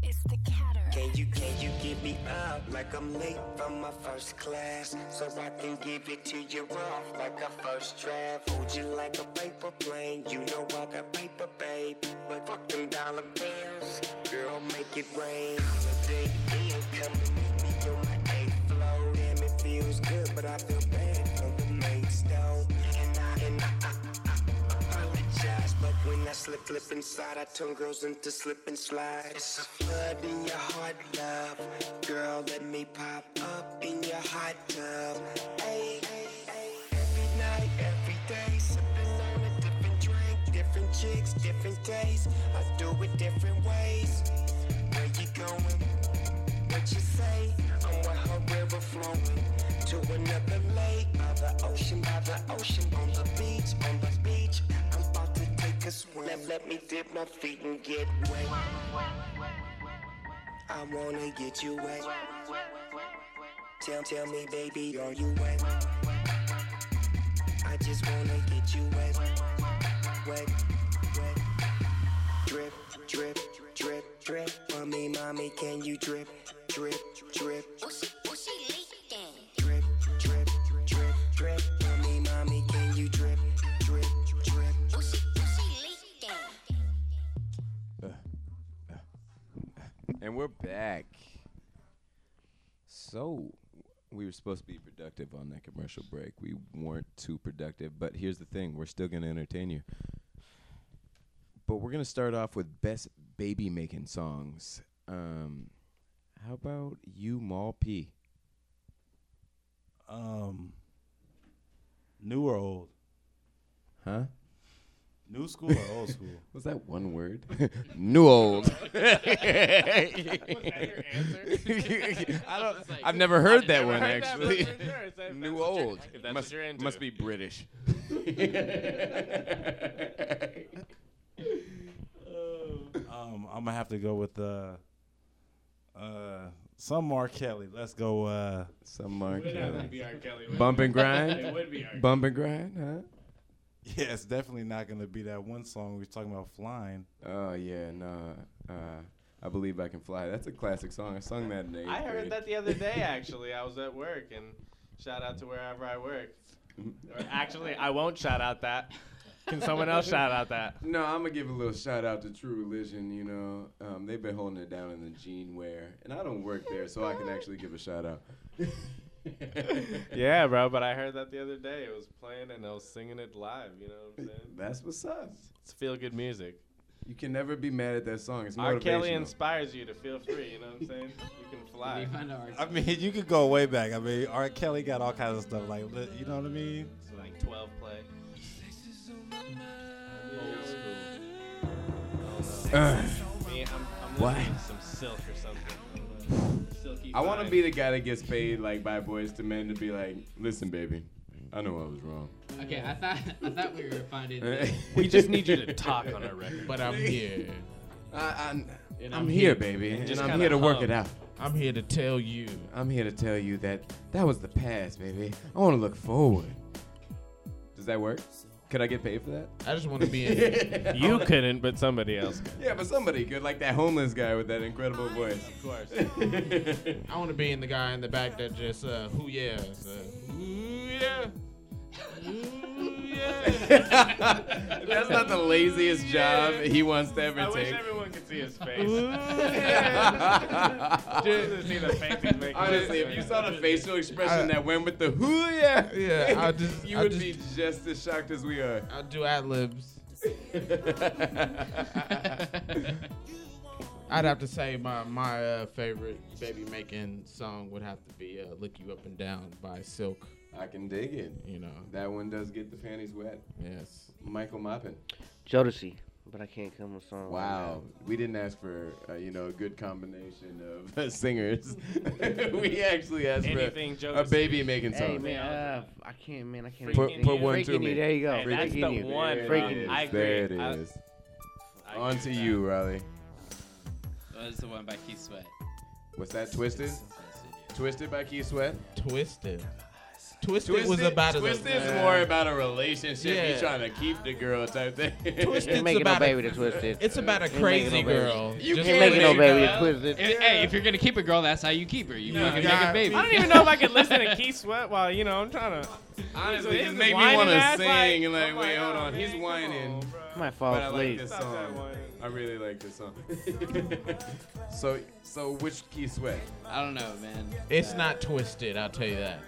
Speaker 17: it's the cataract.
Speaker 16: Can you, can you get me up like I'm late from my first class? So I can give it to you rough like a first draft. Hold you like a paper plane. You know I got paper, babe. But fuck them dollar bills. Girl, make it rain. Holiday income. Meet me on the eighth floor. Damn, it feels good, but I feel bad for the main stone. And I, and I, I, apologize, but when I slip, flip inside, I turn girls into slip and slide. It's a flood in your heart, love. Girl, let me pop up in your hot tub. Ay, ay, ay. Every night, every day, sipping on a different drink, different chicks, different days. I do it different ways. Where you going? What you say? Oh, I'm with her river flowing to another lake by the ocean, by the ocean, on the beach, on the beach. I'm about to take a swim. Let, let me dip my feet and get wet. I wanna get you wet. Tell, tell me, baby, are you wet? I just wanna get you wet, wet, wet. Drip, drip, drip, drip. For me, mommy, can you drip, drip, drip? Drip, drip, drip, drip. For me, mommy, can you drip, drip, drip?
Speaker 3: And we're back. So, we were supposed to be productive on that commercial break. We weren't too productive, but here's the thing we're still going to entertain you. But we're going to start off with best baby making songs. Um, how about you, Mall P?
Speaker 5: Um, new or old?
Speaker 3: Huh?
Speaker 5: New school or old school?
Speaker 3: Was that one word? New old. I don't. I've never heard that one actually. New old. must, must be British.
Speaker 5: um, I'm gonna have to go with uh, uh, some Mark Kelly. Let's go. Uh,
Speaker 3: some Mark
Speaker 5: Kelly.
Speaker 3: Kelly. Bump and grind. Bump and grind, huh?
Speaker 5: Yeah, it's definitely not gonna be that one song we was talking about flying.
Speaker 3: Oh yeah, no. Uh, I believe I can fly. That's a classic song. I sung that in the eighth
Speaker 6: I heard
Speaker 3: grade.
Speaker 6: that the other day. Actually, I was at work and Shout out to wherever I work. Or actually, I won't shout out that. Can someone else shout out that?
Speaker 3: No, I'm gonna give a little shout out to True Religion. You know, um, they've been holding it down in the Gene Wear, and I don't work there, so I can actually give a shout out.
Speaker 6: yeah, bro. But I heard that the other day. It was playing and I was singing it live. You know what I'm saying?
Speaker 3: That's what's up.
Speaker 6: It's feel good music.
Speaker 3: You can never be mad at that song. It's motivational.
Speaker 6: R. Kelly inspires you to feel free. You know what I'm saying? You can fly.
Speaker 5: I mean, you could go way back. I mean, R. Kelly got all kinds of stuff like, li- you know what I mean?
Speaker 6: It's like 12 play. Old school.
Speaker 3: Uh,
Speaker 6: Me, I'm, I'm
Speaker 3: what?
Speaker 6: listening to some silk or something. Silky
Speaker 3: I want to
Speaker 6: vibe.
Speaker 3: be the guy that gets paid like by boys to men to be like, listen, baby, I know I was wrong.
Speaker 4: Okay, I thought I thought we were finding.
Speaker 3: We just need you to talk on our record.
Speaker 2: But I'm here.
Speaker 3: I, am
Speaker 2: And
Speaker 3: I'm here, baby, and,
Speaker 2: Just
Speaker 3: I'm
Speaker 2: kinda
Speaker 3: here to work it
Speaker 2: hum.
Speaker 3: out.
Speaker 2: I'm here to tell you.
Speaker 3: I'm here to tell you that that was the past, baby. I want to look forward. Does that work? Could I get paid for that?
Speaker 2: I just wanna be
Speaker 3: in.
Speaker 6: You couldn't, but somebody else. could.
Speaker 3: Yeah, but somebody good, like that homeless guy with that incredible voice. Of
Speaker 6: course.
Speaker 2: I want to be in the guy in the back that just uh, who yeah, uh, ooh, yeah, ooh, yeah.
Speaker 3: That's not the laziest job he wants to ever
Speaker 6: I wish
Speaker 3: take.
Speaker 6: everyone could see his face.
Speaker 2: Ooh,
Speaker 6: I wanted to see the face he's making.
Speaker 3: Honestly, if you saw the facial expression that went with the who yeah,
Speaker 2: Yeah, I just-
Speaker 3: you
Speaker 2: I
Speaker 3: would
Speaker 2: just-
Speaker 3: be just as shocked as we are.
Speaker 2: I'll do ad libs. I'd have to say my my uh, favorite baby making song would have to be uh, "Look You Up and Down" by Silk.
Speaker 3: I can dig it.
Speaker 2: You know.
Speaker 3: That one does get the panties wet.
Speaker 2: Yes.
Speaker 3: Michael Maupin.
Speaker 18: Jodeci, but I can't come with song.
Speaker 3: Wow, we didn't ask for uh, you know a good combination of uh, singers. we actually asked
Speaker 6: Anything
Speaker 3: for
Speaker 6: Jodeci.
Speaker 3: a baby making
Speaker 18: Hey
Speaker 3: song.
Speaker 18: man, uh, I can't, man. I can't.
Speaker 3: Put-
Speaker 18: Freaking
Speaker 3: put
Speaker 18: you.
Speaker 3: one to
Speaker 18: Freaking
Speaker 3: me.
Speaker 18: You. There you go.
Speaker 6: Hey, that's
Speaker 18: Freaking
Speaker 6: the
Speaker 18: you.
Speaker 6: one,
Speaker 3: There
Speaker 18: Freaking
Speaker 3: it
Speaker 18: you.
Speaker 3: is.
Speaker 6: I agree.
Speaker 3: There it
Speaker 6: I-
Speaker 3: is. On to you, Riley.
Speaker 4: That was Oh, the one by Keith Sweat.
Speaker 3: What's that? Twisted. Twisted by Keith Sweat.
Speaker 2: Twisted. Twisted, was about a-
Speaker 3: Twisted is
Speaker 2: Yeah.
Speaker 3: more about a relationship.
Speaker 2: Yeah.
Speaker 3: He's trying to keep the girl type thing.
Speaker 2: Twisted's about a- It's about a crazy girl.
Speaker 3: You
Speaker 2: Just
Speaker 3: can't
Speaker 2: like-
Speaker 3: make no baby
Speaker 18: twisted.
Speaker 4: Hey, if you're gonna keep a girl, that's how you keep her. You
Speaker 2: No,
Speaker 4: fucking make
Speaker 2: God,
Speaker 4: a baby.
Speaker 6: I don't even know if I could listen to Keith Sweat while you know I'm trying to.
Speaker 3: Honestly,
Speaker 6: This is
Speaker 3: it made me
Speaker 6: whining
Speaker 3: want to
Speaker 6: ass,
Speaker 3: sing. and
Speaker 6: I'm
Speaker 3: Like, wait, hold
Speaker 6: oh,
Speaker 3: on. He's
Speaker 6: man,
Speaker 3: whining.
Speaker 18: I might fall
Speaker 3: but I like
Speaker 18: asleep.
Speaker 3: this song. I really like this song. so, so which Keith Sweat?
Speaker 4: I don't know, man.
Speaker 2: It's not twisted. I'll tell you that.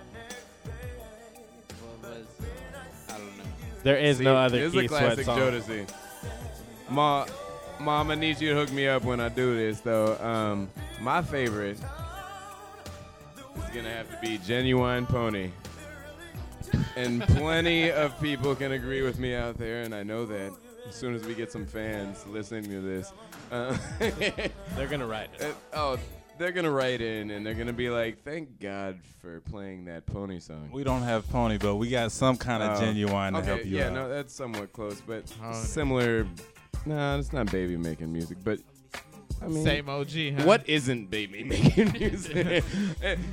Speaker 4: What was? I don't know.
Speaker 6: There is
Speaker 3: See,
Speaker 6: no other
Speaker 3: this
Speaker 6: Keith
Speaker 3: is a
Speaker 6: Sweat
Speaker 3: classic
Speaker 6: song.
Speaker 3: Jodeci. Ma, mom, I need you to hook me up when I do this, though. Um, my favorite is gonna have to be Genuine Pony, and plenty of people can agree with me out there, and I know that. As soon as we get some fans listening to this, uh,
Speaker 6: They're gonna write
Speaker 3: it. Oh, they're gonna write in, and they're gonna be like, "Thank God for playing that Pony song."
Speaker 5: We don't have Pony, but we got some kind of
Speaker 3: Oh.
Speaker 5: genuine to
Speaker 3: Okay,
Speaker 5: help you
Speaker 3: yeah,
Speaker 5: out.
Speaker 3: no, that's somewhat close, but
Speaker 2: Oh.
Speaker 3: similar. Nah, it's not baby making music, but I mean,
Speaker 2: Same OG, huh?
Speaker 3: What isn't baby making music?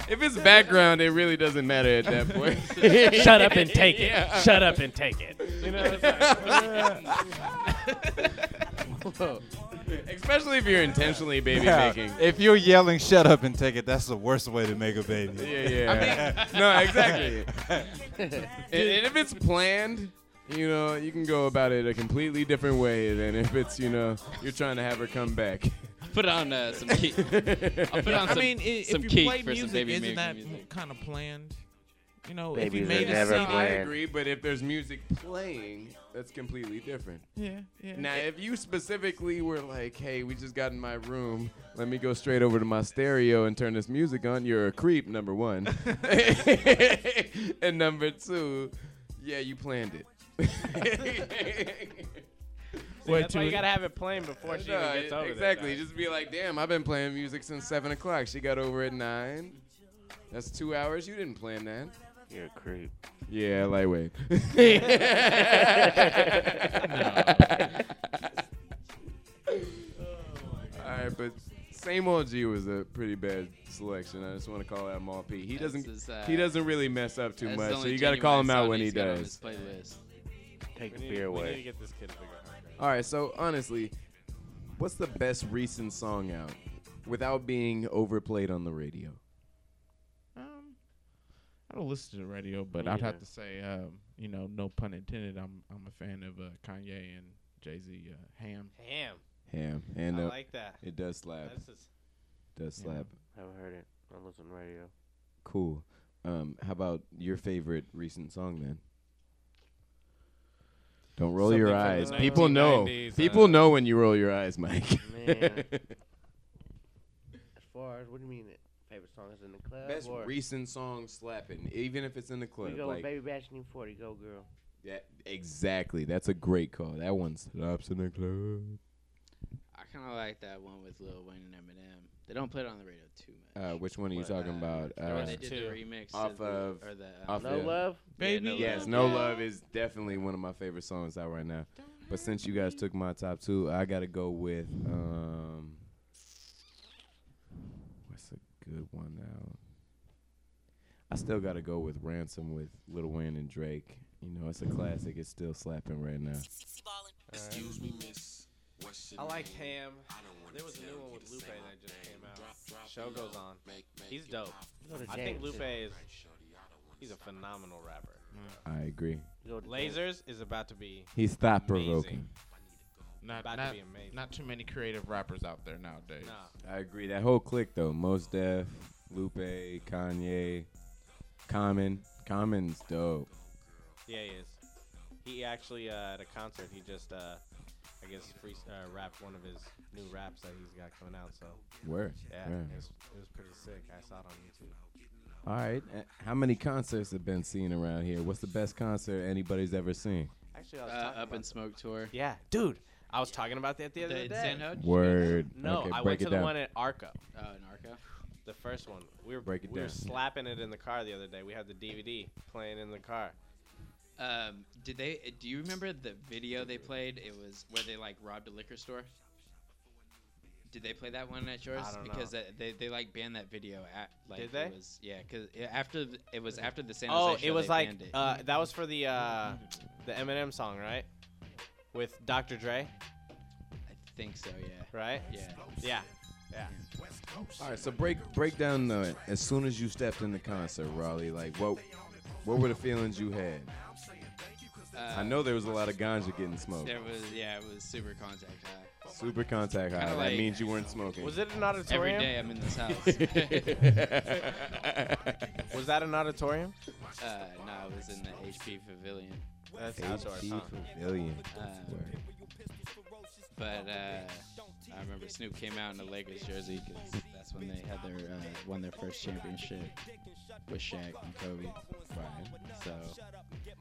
Speaker 3: if it's background, it really doesn't matter at that point.
Speaker 6: Shut up and take it.
Speaker 3: Yeah.
Speaker 6: Shut up and take it. You know, it's
Speaker 3: Especially if you're intentionally baby
Speaker 5: Yeah,
Speaker 3: making.
Speaker 5: If you're yelling, shut up and take it, that's the worst way to make a baby.
Speaker 3: Yeah, yeah. no, exactly. and, and if it's planned, you know, you can go about it a completely different way than if it's, you know, you're trying to have her come back.
Speaker 4: Put on uh, some key. I'll put
Speaker 2: Yeah,
Speaker 4: on
Speaker 2: I
Speaker 4: some,
Speaker 2: mean, i- if
Speaker 4: some
Speaker 2: you
Speaker 4: key
Speaker 2: play
Speaker 4: for some
Speaker 2: music,
Speaker 4: baby
Speaker 2: isn't
Speaker 4: making
Speaker 2: that
Speaker 4: music.
Speaker 2: kind of planned? You know, Oh, if you
Speaker 18: Babies
Speaker 2: made
Speaker 18: are
Speaker 2: it
Speaker 18: never
Speaker 2: sound-
Speaker 3: I
Speaker 18: planned.
Speaker 3: agree, but if there's music playing, that's completely different.
Speaker 2: Yeah, yeah.
Speaker 3: Now, if you specifically were like, "Hey, we just got in my room. Let me go straight over to my stereo and turn this music on," you're a creep. Number one, and number two, yeah, you planned it.
Speaker 6: See, that's why you gotta have it playing before she
Speaker 3: No,
Speaker 6: even gets over there,
Speaker 3: exactly.
Speaker 6: dog.
Speaker 3: Just be like, "Damn, I've been playing music since seven o'clock. She got over at nine. That's two hours. You didn't plan that."
Speaker 18: You're a creep.
Speaker 3: Yeah, lightweight. All right, but same OG was a pretty bad selection. I just want to call out Mal P. He doesn't.
Speaker 4: is, uh,
Speaker 3: he doesn't really mess up too
Speaker 4: that's the
Speaker 3: much, so
Speaker 4: only
Speaker 3: you got to call him
Speaker 4: genuine
Speaker 3: out
Speaker 4: song
Speaker 3: when he
Speaker 4: he's got on
Speaker 3: does.
Speaker 4: his playlist.
Speaker 18: Take
Speaker 6: We need- we need to get this kid figured out.
Speaker 3: All right, so honestly, what's the best recent song out without being overplayed on the radio?
Speaker 2: I don't listen to the radio, but
Speaker 3: Me
Speaker 2: I'd have
Speaker 3: either.
Speaker 2: to say, um, you know, no pun intended. I'm I'm a fan of uh, Kanye and Jay Z. Uh, Ham.
Speaker 6: Ham.
Speaker 3: Ham. And
Speaker 6: I
Speaker 3: uh,
Speaker 6: like that.
Speaker 3: It does slap.
Speaker 6: That's just-
Speaker 3: does
Speaker 7: Yeah.
Speaker 3: slap.
Speaker 7: Haven't heard it. I listen to radio.
Speaker 3: Cool. Um, how about your favorite recent song then? Don't roll your
Speaker 7: Something from the
Speaker 3: eyes. People know.
Speaker 7: 1990s,
Speaker 3: People
Speaker 7: uh,
Speaker 3: know when you roll your eyes, Mike.
Speaker 7: Man. As far as what do you mean? Favorite songs in the club?
Speaker 3: Best
Speaker 7: or
Speaker 3: recent song slapping, even if it's in the club.
Speaker 7: We go
Speaker 3: like-
Speaker 7: baby bashing you forty. Go girl.
Speaker 3: Yeah, exactly. That's a great call. That one slaps in the club.
Speaker 4: I kind of like that one with Lil Wayne and Eminem. They don't put it on the radio too much.
Speaker 3: Uh, which one are you talking about?
Speaker 4: there
Speaker 3: Uh,
Speaker 4: was They did the two. remix
Speaker 3: off
Speaker 4: of the-
Speaker 3: of
Speaker 4: or the, uh,
Speaker 3: off
Speaker 4: No
Speaker 3: the-
Speaker 4: Love? Baby, Yeah, No
Speaker 3: yes,
Speaker 4: Love.
Speaker 3: no
Speaker 4: Yeah.
Speaker 3: love is definitely one of my favorite songs out right now. But since you guys took my top two, I gotta go with um, what's a good one now? I still gotta go with Ransom with Lil Wayne and Drake. You know, it's a classic. It's still slapping right now.
Speaker 11: Excuse me, miss. What's your
Speaker 6: I like
Speaker 11: name?
Speaker 6: Ham.
Speaker 11: I don't wanna
Speaker 6: There was a
Speaker 11: tell
Speaker 6: new one
Speaker 11: you
Speaker 6: with
Speaker 11: the
Speaker 6: Lupe
Speaker 11: same
Speaker 6: that just came out.
Speaker 11: Drop, drop
Speaker 6: Show
Speaker 11: it
Speaker 6: goes
Speaker 11: low.
Speaker 6: on.
Speaker 11: Make- make
Speaker 6: He's
Speaker 11: it
Speaker 6: dope.
Speaker 11: pop.
Speaker 7: Go to
Speaker 6: I think
Speaker 7: James.
Speaker 6: Lupe is. He's a phenomenal rapper.
Speaker 3: I agree.
Speaker 6: Lasers is about to be.
Speaker 3: He's thought provoking.
Speaker 2: Not
Speaker 6: About to
Speaker 2: not,
Speaker 6: be amazing.
Speaker 2: not too many creative rappers out there nowadays.
Speaker 3: I agree. That whole clique though, Most Def, Lupe, Kanye, Common. Common's
Speaker 7: Mm.
Speaker 3: dope.
Speaker 6: Yeah, he is. He actually uh, at a concert he just uh, I guess free uh, rapped one of his new raps that he's got coming out. So
Speaker 3: Where?
Speaker 6: Yeah,
Speaker 3: Where?
Speaker 6: It, was, it was pretty sick. I saw it on YouTube.
Speaker 3: All right. uh, How many concerts have been seen around here? What's the best concert anybody's ever seen?
Speaker 6: Actually, I was
Speaker 4: Uh,
Speaker 6: talking
Speaker 4: Up
Speaker 6: about
Speaker 4: in Smoke tour.
Speaker 6: Yeah, dude. I was talking about that the other
Speaker 4: The
Speaker 6: day.
Speaker 4: Xanhood?
Speaker 3: Word.
Speaker 6: No,
Speaker 3: Okay,
Speaker 6: I
Speaker 3: break
Speaker 6: went
Speaker 3: it
Speaker 6: to the
Speaker 3: down.
Speaker 6: one at Arco.
Speaker 4: Oh, in Arco.
Speaker 6: The first one. We were
Speaker 3: Break it
Speaker 6: we were
Speaker 3: down.
Speaker 6: slapping it in the car the other day. We had the DVD playing in the car.
Speaker 4: Um, did they? uh, Do you remember the video they played? It was where they like robbed a liquor store. Did they play that one at yours?
Speaker 6: don't know.
Speaker 4: because that- they they like banned that video. At, like,
Speaker 6: Did they?
Speaker 4: It was, yeah, because after th- it was after the San
Speaker 6: Oh,
Speaker 4: Jose
Speaker 6: it
Speaker 4: show,
Speaker 6: was
Speaker 4: they
Speaker 6: like
Speaker 4: banned it.
Speaker 6: uh, that was for the uh, the Eminem song, right? With Dr. Dre.
Speaker 4: I think so. Yeah.
Speaker 6: Right.
Speaker 4: Yeah.
Speaker 6: Yeah. Yeah.
Speaker 3: All right. So break break down the as soon as you stepped in the concert, Raleigh. Like what what were the feelings you had?
Speaker 4: Uh,
Speaker 3: I know there was a lot of ganja getting smoked.
Speaker 4: There was yeah, it was super contact high.
Speaker 3: Super contact high.
Speaker 4: Kinda
Speaker 3: that
Speaker 4: like-
Speaker 3: means you weren't smoking.
Speaker 6: Was it an
Speaker 4: Every
Speaker 6: auditorium?
Speaker 4: day I'm in this house. Uh,
Speaker 6: was that an auditorium?
Speaker 4: Uh, no, it was in the HP Pavilion.
Speaker 6: That's
Speaker 3: HP Pavilion.
Speaker 4: Um, but uh, I remember Snoop came out in a Lakers jersey because that's when they had their uh, won their first championship with Shaq and Kobe. Right. So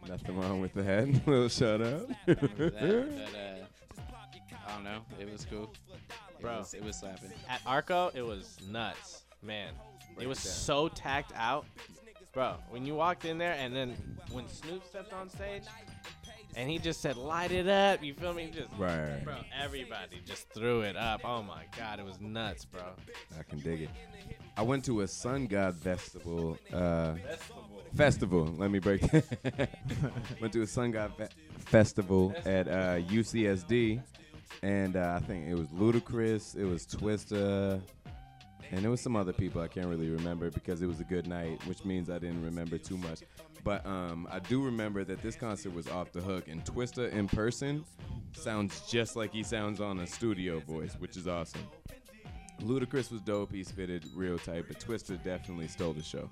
Speaker 3: Nothing wrong with that. Little shout out.
Speaker 4: remember that, but uh, I don't know. It was cool. It
Speaker 6: Bro.
Speaker 4: was, it was slapping.
Speaker 6: At Arco, it was nuts, man. It was so tacked out, bro. When you walked in there, and then when Snoop stepped on stage, and he just said, "Light it up," you feel me? Just
Speaker 3: Right.
Speaker 6: bro. Everybody just threw it up. Oh my god, it was nuts, bro.
Speaker 3: I can dig it. I went to a sun god festival. Uh,
Speaker 6: Festival.
Speaker 3: festival. Let me break. that. went to a sun god fe- festival at uh, UCSD, and uh, I think it was Ludacris, it was Twista, and it was some other people I can't really remember because it was a good night, which means I didn't remember too much. But um, I do remember that this concert was off the hook, and Twista in person sounds just like he sounds on a studio voice, which is awesome. Ludacris was dope. He spitted real tight, but Twista definitely stole the show.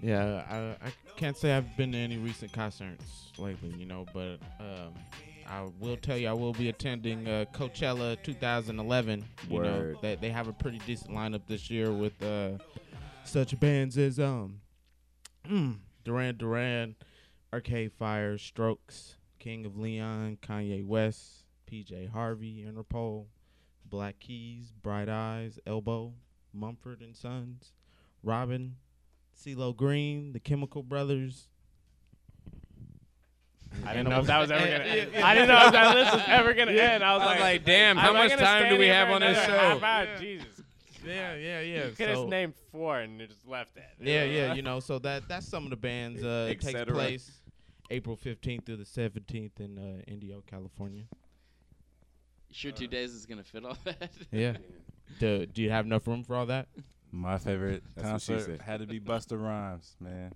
Speaker 2: Yeah, I, I can't say I've been to any recent concerts lately, you know, but um, I will tell you I will be attending uh, Coachella 2011. You
Speaker 3: Word.
Speaker 2: know, they, they have a pretty decent lineup this year with uh, such bands as um, mm, Duran Duran, Arcade Fire, Strokes, King of Leon, Kanye West, PJ Harvey, Interpol, Black Keys, Bright Eyes, Elbow, Mumford and Sons, Robin, CeeLo Green, The Chemical Brothers.
Speaker 6: I didn't know if that was ever gonna. End. I didn't know if that list was ever gonna
Speaker 2: Yeah.
Speaker 6: end. I was,
Speaker 2: I was
Speaker 6: like,
Speaker 2: like, damn,
Speaker 6: am
Speaker 2: how
Speaker 6: I
Speaker 2: much
Speaker 6: gonna
Speaker 2: time
Speaker 6: stand
Speaker 2: do we
Speaker 6: here
Speaker 2: have
Speaker 6: for
Speaker 2: on this
Speaker 6: another
Speaker 2: show?
Speaker 6: half hour?
Speaker 2: Yeah.
Speaker 6: Jesus.
Speaker 2: Yeah, yeah, yeah,
Speaker 6: You could have
Speaker 2: so-
Speaker 6: named four and you just left it.
Speaker 2: Yeah, yeah, you know, so that that's some of the bands uh
Speaker 3: Et
Speaker 2: it takes
Speaker 3: cetera.
Speaker 2: place April 15th through the 17th in uh, Indio, California.
Speaker 4: Sure, two days is gonna fit all that.
Speaker 2: Yeah. Do do you have enough room for all that?
Speaker 5: My favorite
Speaker 3: That's what she
Speaker 5: concert
Speaker 3: said.
Speaker 5: had to be Busta Rhymes, man.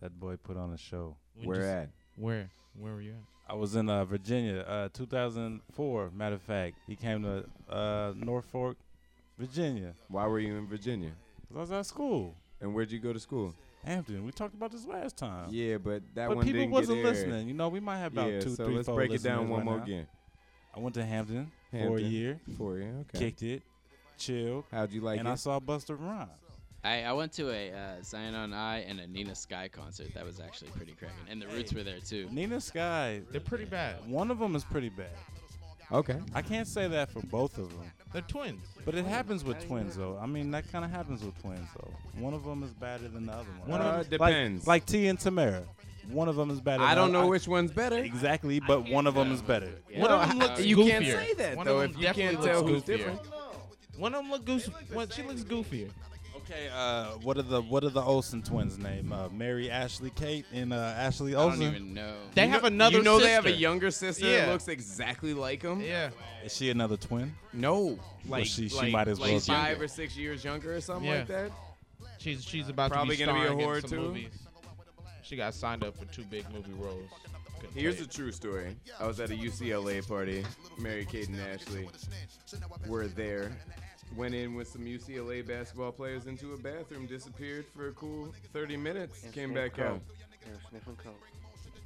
Speaker 5: That boy put on a show.
Speaker 2: When Where you s- at? where? Where were you at?
Speaker 5: I was in uh, Virginia, uh, 2004. Matter of fact, he came to uh, Norfolk, Virginia.
Speaker 3: Why were you in Virginia?
Speaker 5: I was at school.
Speaker 3: And where'd you go to school?
Speaker 5: Hampton. We talked about this last time.
Speaker 3: Yeah, but that
Speaker 5: but
Speaker 3: one
Speaker 5: people
Speaker 3: didn't get
Speaker 5: wasn't
Speaker 3: aired.
Speaker 5: listening. You know, we might have about
Speaker 3: Yeah,
Speaker 5: two,
Speaker 3: so
Speaker 5: three,
Speaker 3: let's
Speaker 5: four
Speaker 3: break it down
Speaker 5: listeners
Speaker 3: one
Speaker 5: right
Speaker 3: more
Speaker 5: now.
Speaker 3: again.
Speaker 5: I went to Hampton, for a
Speaker 3: Hampton.
Speaker 5: year.
Speaker 3: For a year, okay.
Speaker 5: Kicked it, chilled.
Speaker 3: How'd you like
Speaker 5: and
Speaker 3: it?
Speaker 5: I saw Buster Rhymes.
Speaker 4: I, I went to a uh, Zion on I and a Nina Sky concert. That was actually pretty cracking, and the Roots were there too.
Speaker 5: Nina Sky. They're
Speaker 2: pretty bad.
Speaker 5: One of them is pretty bad.
Speaker 3: Okay.
Speaker 5: I can't say that for both of them.
Speaker 2: They're twins.
Speaker 5: But it happens with twins, though. I mean, that kind of happens with twins, though. One of them is better than the other one.
Speaker 3: One of Uh, 'em-
Speaker 5: Like-
Speaker 3: depends.
Speaker 5: Like, T and Tamara. One of them is better.
Speaker 3: I
Speaker 5: than
Speaker 3: don't
Speaker 5: the
Speaker 3: know
Speaker 5: other-
Speaker 3: which one's better.
Speaker 5: Exactly, but one of them is better.
Speaker 2: Yeah. One of 'em looks
Speaker 3: you can't
Speaker 2: goofier.
Speaker 3: say that
Speaker 2: One of
Speaker 3: though
Speaker 2: 'em
Speaker 3: if you can't
Speaker 2: definitely
Speaker 3: tell
Speaker 2: looks goofier.
Speaker 3: who's different.
Speaker 2: One of them look goofy. one, she looks goofier.
Speaker 5: Okay, uh, what are the what are the Olsen twins' name? Uh, Mary Ashley Kate and uh, Ashley
Speaker 2: don't
Speaker 5: Olsen.
Speaker 2: even know. They have another
Speaker 3: You know they have a
Speaker 2: sister.
Speaker 3: younger sister
Speaker 2: Yeah.
Speaker 3: that looks exactly like him.
Speaker 2: Yeah.
Speaker 5: Is she another twin?
Speaker 3: No,
Speaker 5: Like
Speaker 3: Like
Speaker 5: she she
Speaker 3: like-
Speaker 5: might as
Speaker 3: like
Speaker 5: well. be.
Speaker 3: five or six years younger or something like that.
Speaker 2: She's she's about
Speaker 3: Probably
Speaker 2: to be
Speaker 3: gonna be a
Speaker 2: starring in
Speaker 3: whore,
Speaker 2: some
Speaker 3: too.
Speaker 2: Movies. She got signed up for two big movie roles. Couldn't
Speaker 3: Here's
Speaker 2: play
Speaker 3: a
Speaker 2: it.
Speaker 3: true story. I was at a UCLA party. Mary Kate and Ashley were there. Went in with some UCLA basketball players into a bathroom, disappeared for a cool 30 minutes,
Speaker 7: And
Speaker 3: came
Speaker 7: sniff
Speaker 3: back out.
Speaker 7: coke. And sniffing coke.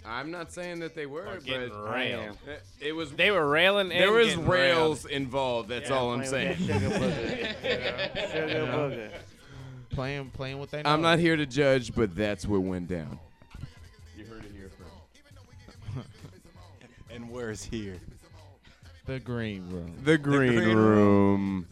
Speaker 3: I'm not saying that they were,
Speaker 7: getting
Speaker 3: but
Speaker 7: railed.
Speaker 3: Uh, It was
Speaker 6: They were railing
Speaker 3: There
Speaker 6: and
Speaker 3: was
Speaker 6: getting
Speaker 3: rails
Speaker 6: railed.
Speaker 3: involved. That's
Speaker 6: Yeah,
Speaker 3: all I'm
Speaker 6: playing with
Speaker 3: saying.
Speaker 6: that sugar booger.
Speaker 3: Yeah.
Speaker 6: Sugar
Speaker 3: You know?
Speaker 6: booger.
Speaker 2: Playing playing with they.
Speaker 3: I'm
Speaker 2: know.
Speaker 3: not here to judge, but that's what went down. You heard it here first.
Speaker 5: and where is here?
Speaker 2: The green room.
Speaker 3: The green,
Speaker 5: green
Speaker 3: room.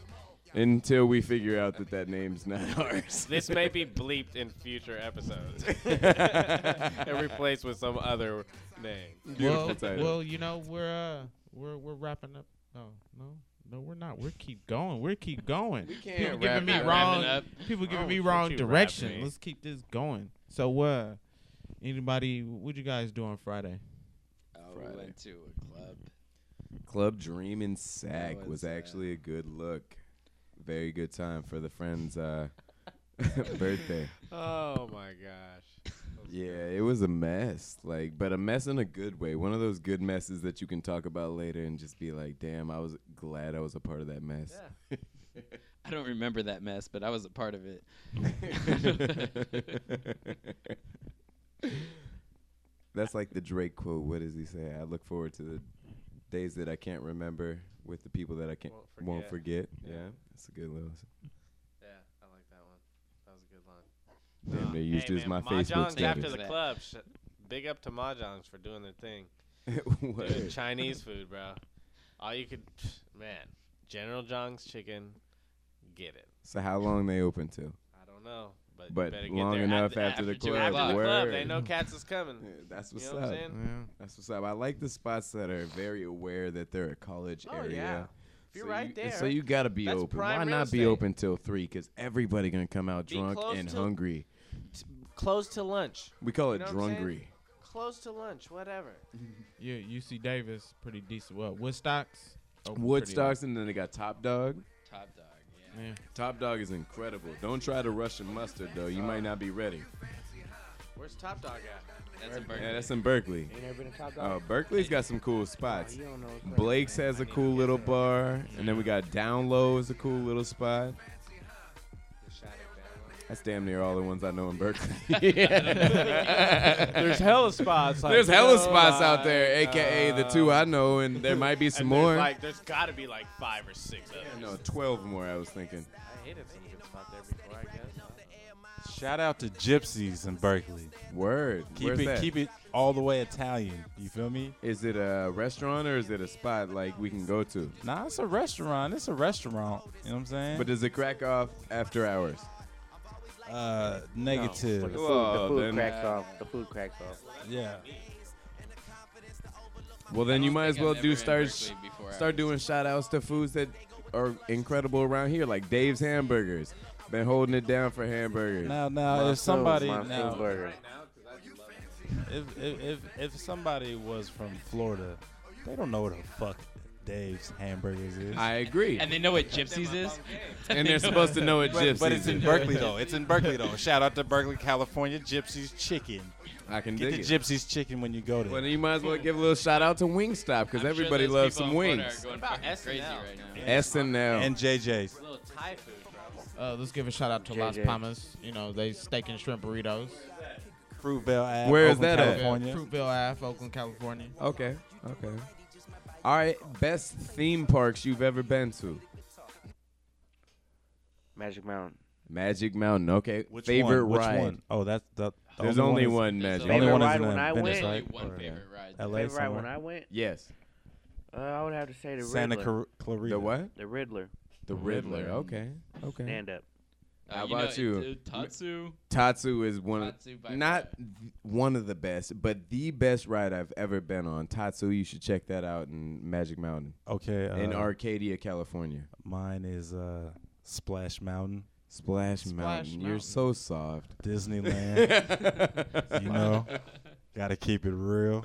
Speaker 3: Until we figure out that that name's not ours.
Speaker 6: This may be bleeped in future episodes and replaced with some other name.
Speaker 2: Well, well, you know we're uh, we're we're wrapping up. Oh no, no, we're not. We're keep going. We're keep going. We
Speaker 3: can't
Speaker 2: people
Speaker 3: wrap
Speaker 2: giving me
Speaker 3: it up.
Speaker 2: wrong.
Speaker 3: Wrapping up.
Speaker 2: People giving
Speaker 3: Oh,
Speaker 2: me
Speaker 3: don't
Speaker 2: wrong
Speaker 3: you wrap
Speaker 2: direction.
Speaker 3: me.
Speaker 2: Let's keep this going. So uh, anybody, what you guys do on Friday?
Speaker 4: We went to a club.
Speaker 3: Club Dream and Sack
Speaker 4: That was,
Speaker 3: was
Speaker 4: uh,
Speaker 3: actually a good look. Very good time for the friend's uh, birthday.
Speaker 6: Oh my gosh.
Speaker 3: Yeah, it was a mess. Like, but a mess in a good way. One of those good messes that you can talk about later and just be like, "Damn, I was glad I was a part of that mess."
Speaker 4: I don't remember that mess, but I was a part of it.
Speaker 3: That's like the Drake quote. What does he say? I look forward to the days that I can't remember with the people that I can't won't forget.
Speaker 6: forget."
Speaker 3: Yeah. that's a good little.
Speaker 6: Yeah, I like that one. That was a good line.
Speaker 3: Damn, they used
Speaker 6: hey
Speaker 3: it as
Speaker 6: man,
Speaker 3: my Facebook
Speaker 6: Mahjong's after
Speaker 3: status.
Speaker 6: the club. Sh- big up to Mahjong's for doing their thing.
Speaker 3: Word.
Speaker 6: Dude, Chinese food, bro. All you could, man. General Jong's chicken, get it.
Speaker 3: So how long they open till?
Speaker 6: I don't know, but you
Speaker 3: But
Speaker 6: better get
Speaker 3: long
Speaker 6: there
Speaker 3: enough
Speaker 6: after,
Speaker 3: after the
Speaker 6: two-
Speaker 3: club,
Speaker 6: After the club, they
Speaker 3: word.
Speaker 6: know cats is coming.
Speaker 3: That's
Speaker 6: You
Speaker 3: what's
Speaker 6: know what I'm
Speaker 3: up.
Speaker 6: saying?
Speaker 3: That's what's up. I like the spots that are very aware that they're a college
Speaker 6: Oh,
Speaker 3: area.
Speaker 6: yeah. If you're
Speaker 3: so
Speaker 6: right
Speaker 3: you,
Speaker 6: there,
Speaker 3: So you gotta be
Speaker 6: that's
Speaker 3: open.
Speaker 6: prime
Speaker 3: Why
Speaker 6: real
Speaker 3: not be
Speaker 6: estate.
Speaker 3: open till three? Because everybody gonna come out
Speaker 6: Be
Speaker 3: drunk
Speaker 6: close
Speaker 3: and
Speaker 6: to-
Speaker 3: hungry.
Speaker 6: T- close to lunch.
Speaker 3: We call
Speaker 6: You
Speaker 3: it
Speaker 6: know what I'm saying?
Speaker 3: drungry.
Speaker 6: Close to lunch, whatever.
Speaker 2: Yeah, UC Davis, pretty decent. What Woodstocks? Open pretty late.
Speaker 3: Woodstocks and then they got Top Dog.
Speaker 4: Top Dog.
Speaker 2: Yeah.
Speaker 3: Top Dog is incredible. Don't try to rush and mustard though. You might not be ready.
Speaker 6: Where's Top Dog at?
Speaker 4: That's in
Speaker 3: Yeah, that's in Berkeley.
Speaker 6: Ain't never been to Top
Speaker 3: Uh,
Speaker 6: Dog?
Speaker 3: Berkeley's got some cool spots.
Speaker 6: you don't know what's
Speaker 3: Blake's has a cool little bar, and then we got Down Low is a cool little spot. That's damn near all the ones I know in Berkeley.
Speaker 6: There's hella spots, like, Oh
Speaker 3: there's hella
Speaker 6: you know,
Speaker 3: spots out there,
Speaker 6: like,
Speaker 3: aka the two I know, and there might be some
Speaker 6: And there's
Speaker 3: more.
Speaker 6: Like, there's got to be like five or six others.
Speaker 3: no, twelve more. I was thinking.
Speaker 6: I hated some good spot there before, I guess.
Speaker 5: Shout out to Gypsies in Berkeley.
Speaker 3: Word.
Speaker 5: Keep
Speaker 3: Where's
Speaker 5: it
Speaker 3: that?
Speaker 5: keep it all the way Italian. You feel me?
Speaker 3: Is it a restaurant or is it a spot like we can go to?
Speaker 5: Nah, it's a restaurant. It's a restaurant. You know what I'm saying?
Speaker 3: But does it crack off after hours?
Speaker 5: uh, negative.
Speaker 7: The food, the food cracks off. The food cracks off.
Speaker 5: Yeah.
Speaker 3: Well, then you might as
Speaker 7: think
Speaker 3: well
Speaker 7: I've
Speaker 3: do
Speaker 7: ever been
Speaker 3: start
Speaker 7: in Berkeley before
Speaker 3: start doing shout outs to foods that are incredible around here, like Dave's Hamburgers. Been holding it down for hamburgers.
Speaker 5: Now, now, if somebody now, if, if if if somebody was from Florida, they don't know what the fuck Dave's hamburgers is.
Speaker 3: I agree.
Speaker 4: And they know what gypsies is.
Speaker 3: And they're supposed to know what
Speaker 5: But, but it's
Speaker 3: gypsies
Speaker 5: in
Speaker 3: is.
Speaker 5: Berkeley though. It's in Berkeley though. Shout out to Berkeley, California, Gypsies Chicken.
Speaker 3: I can
Speaker 5: get
Speaker 3: dig
Speaker 5: the
Speaker 3: it.
Speaker 5: Gypsies Chicken when you go there.
Speaker 3: Well, then you might as well give a little shout out to Wingstop because everybody loves some wings.
Speaker 6: about SNL?
Speaker 4: crazy right now.
Speaker 3: SNL
Speaker 5: and JJ's.
Speaker 6: Little Thai food, bro.
Speaker 2: Uh, let's give a shout out to Las
Speaker 6: JJ's.
Speaker 2: Palmas. You know, they steak and shrimp burritos.
Speaker 5: Fruitvale Ave,
Speaker 3: Where is
Speaker 5: Oakland,
Speaker 3: that at?
Speaker 5: California.
Speaker 2: Fruitvale Ave, Oakland, California.
Speaker 3: Okay. Okay. All right. Best theme parks you've ever been to?
Speaker 7: Magic Mountain.
Speaker 3: Magic Mountain. Okay.
Speaker 7: Which
Speaker 3: favorite
Speaker 5: one? Which
Speaker 3: ride?
Speaker 5: one? Oh, that's the. the
Speaker 3: There's only one Magic
Speaker 5: The only
Speaker 3: Mountain.
Speaker 5: one is
Speaker 7: Favorite
Speaker 5: in
Speaker 7: ride when I
Speaker 5: Venice,
Speaker 7: went?
Speaker 5: right?
Speaker 7: Only one favorite
Speaker 4: ride.
Speaker 5: LA
Speaker 7: Favorite ride
Speaker 5: somewhere.
Speaker 7: when I went?
Speaker 3: Yes.
Speaker 7: Uh, I would have to say the
Speaker 5: Santa
Speaker 7: Riddler.
Speaker 5: Clar- Clarita.
Speaker 3: The what?
Speaker 7: The Riddler.
Speaker 3: The Riddler. Okay. Okay.
Speaker 7: Stand up.
Speaker 4: Uh,
Speaker 3: How
Speaker 4: you know,
Speaker 3: about you?
Speaker 4: it- uh, Tatsu.
Speaker 3: Tatsu is one of
Speaker 4: Tatsu by
Speaker 3: not th- one of the best, but the best ride I've ever been on. Tatsu, you should check that out in Magic Mountain.
Speaker 5: Okay,
Speaker 3: in
Speaker 5: uh,
Speaker 3: Arcadia, California.
Speaker 5: Mine is uh, Splash Mountain.
Speaker 3: Splash, Mountain. You're so soft.
Speaker 5: Disneyland. you know, gotta keep it real.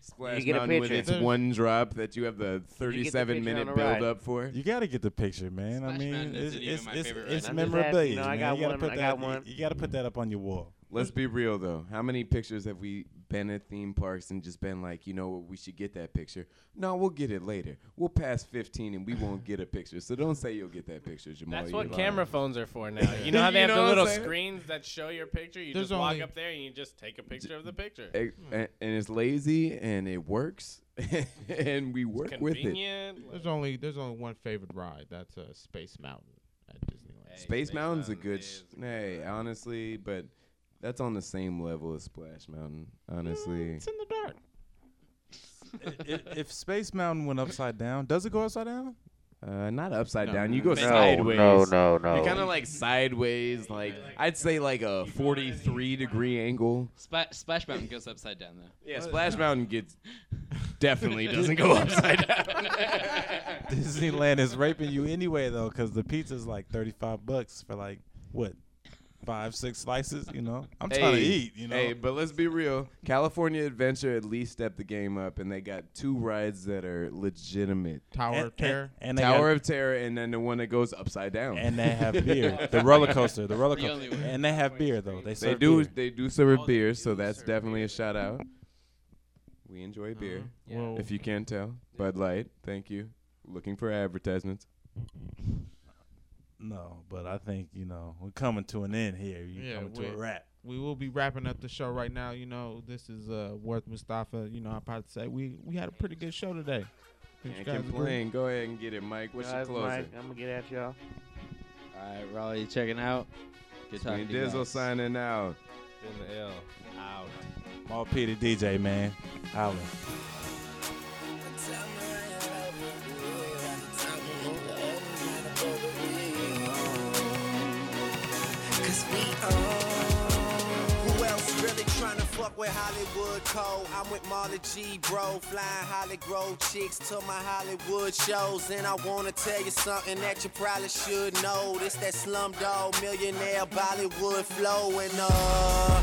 Speaker 3: Splash
Speaker 7: get a
Speaker 3: Mountain with
Speaker 7: picture.
Speaker 3: its one drop that you have the
Speaker 7: picture
Speaker 3: 37 minute
Speaker 7: on the
Speaker 3: build
Speaker 7: ride.
Speaker 3: up for.
Speaker 5: You gotta get the picture, man. I
Speaker 7: Splash
Speaker 5: mean,
Speaker 7: Mountain
Speaker 5: it's
Speaker 7: isn't even
Speaker 5: it's,
Speaker 7: my
Speaker 5: it's,
Speaker 7: favorite right
Speaker 5: it's
Speaker 7: now. I'm just
Speaker 5: memorabilia.
Speaker 7: asking. No, I
Speaker 5: man.
Speaker 7: got
Speaker 5: you gotta
Speaker 7: one,
Speaker 5: Put
Speaker 7: I
Speaker 5: that,
Speaker 7: got
Speaker 5: you-
Speaker 7: one.
Speaker 5: You, gotta put that up on your wall.
Speaker 3: Let's be real though. How many pictures have we been at theme parks and just been like, you know what, we should get that picture? No, we'll get it later. We'll pass 15 and we won't get a picture. So don't say you'll get that picture, Jamal.
Speaker 6: That's
Speaker 3: You're
Speaker 6: what
Speaker 3: lying.
Speaker 6: camera phones are for now. You know how they have
Speaker 3: know
Speaker 6: the
Speaker 3: what I'm
Speaker 6: little
Speaker 3: saying?
Speaker 6: screens that show your picture? You
Speaker 2: There's
Speaker 6: just walk
Speaker 2: only-
Speaker 6: up there and you just take a picture of the picture.
Speaker 3: A- And, and it's lazy and it works and we work with it.
Speaker 2: There's only there's only one favorite ride. That's uh, Space Mountain at Disneyland.
Speaker 3: Space Mountain's a good, sh- hey, honestly, but that's on the same level as Splash Mountain, honestly.
Speaker 2: It's in the dark.
Speaker 5: if, if Space Mountain went upside down, does it go upside down?
Speaker 3: Uh, not upside
Speaker 5: No,
Speaker 3: down.
Speaker 5: no,
Speaker 3: You go
Speaker 5: no. No,
Speaker 3: sideways.
Speaker 5: no, no, no.
Speaker 3: You're kind
Speaker 4: Oh.
Speaker 3: of like sideways. Like I'd say like a 43 degree angle.
Speaker 4: Spla- Splash Mountain goes upside down though.
Speaker 3: Yeah, Splash Mountain gets definitely doesn't go upside down.
Speaker 5: Disneyland is raping you anyway though, because the pizza's like thirty-five bucks for like what, five, six slices. You know, I'm trying to
Speaker 3: Hey,
Speaker 5: eat. You know,
Speaker 3: Hey, but let's be real. California Adventure at least stepped the game up, and they got two rides that are legitimate.
Speaker 2: Tower
Speaker 5: And- of Terror. and- and they
Speaker 3: Tower
Speaker 5: got-
Speaker 3: of Terror, and then the one that goes upside down.
Speaker 5: and they have beer. the roller coaster, the roller coaster, and they have beer though. They
Speaker 3: They
Speaker 5: serve
Speaker 3: do.
Speaker 5: beer.
Speaker 3: They do serve beer, so that's definitely a shout out. We enjoy beer,
Speaker 2: Well-
Speaker 3: if you can tell. Bud Light, thank you. Looking for advertisements.
Speaker 5: No, but I think you know we're coming to an end here. You coming to a
Speaker 2: we-
Speaker 5: wrap.
Speaker 2: We will be wrapping up the show right now. You know, this is uh, Worth Mustafa. You know, I'm about to say we we had a pretty good show today. Don't you
Speaker 3: Can't
Speaker 2: guys agree?
Speaker 3: complain. Go ahead and get it, Mike. What's your
Speaker 7: Guys,
Speaker 3: closer?
Speaker 7: Mike, I'm gonna get at y'all.
Speaker 4: All right, Raleigh, checking out. Good talking to
Speaker 3: Sweet
Speaker 4: you.
Speaker 3: Dizzle
Speaker 4: guys.
Speaker 3: signing out.
Speaker 6: In the L. Out.
Speaker 5: All Peter DJ man, howling.
Speaker 18: Cause we own. Who else really tryna fuck with Hollywood Cole? I'm with Marla G, bro. Flying Hollygrove chicks to my Hollywood shows. And I wanna tell you something that you probably should know. This that slumdog millionaire Bollywood flow. And uh,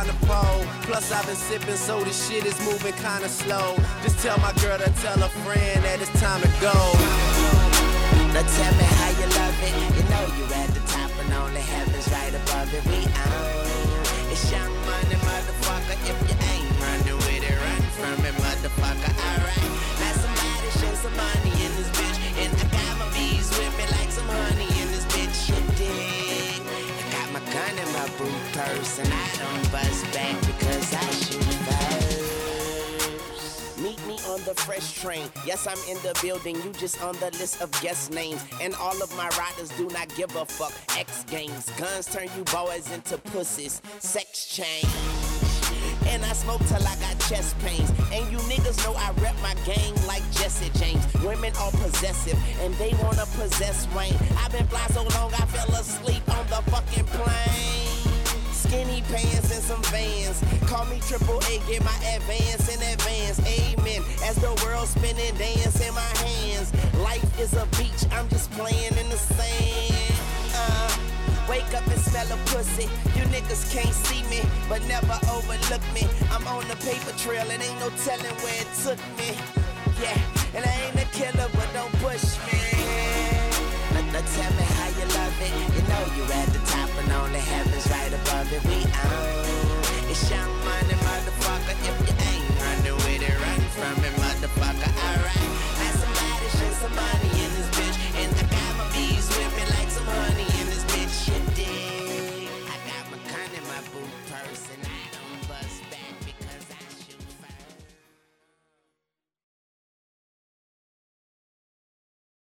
Speaker 18: a pole. Plus, I've been sipping, so the shit is moving kinda slow. Just tell my girl to tell a friend that it's time to go.
Speaker 19: Now tell me how you love it. You know you at the top and only heaven's right above it. We own. It's young money, motherfucker. If you ain't running with it, run from it, motherfucker. Alright. Now somebody show some money in this bitch. And I got my bees with me like some honey in this bitch. You dig? I got my gun in my boot purse and I don't bust back because I shoot first.
Speaker 20: Meet me on the fresh train. Yes, I'm in the building. You just on the list of guest names. And all of my riders do not give a fuck. X games. Guns turn you boys into pussies. Sex change.
Speaker 19: And I smoke till I got chest pains. And you niggas know I rep my game like Jesse James. Women are possessive and they wanna possess Wayne. I've been fly so long I fell asleep on the fucking plane. Skinny pants and some vans. Call me triple A, get my advance in advance. Amen. As the world spinning, dance in my hands. Life is a beach, I'm just playing in the sand. Uh, wake up and smell a pussy. You niggas can't see me, but never overlook me. I'm on the paper trail, and ain't no telling where it took me. Yeah, and I ain't a killer, but don't push me. Now, now tell me how you love it. You know you're at the top and only heaven's right above it. We on.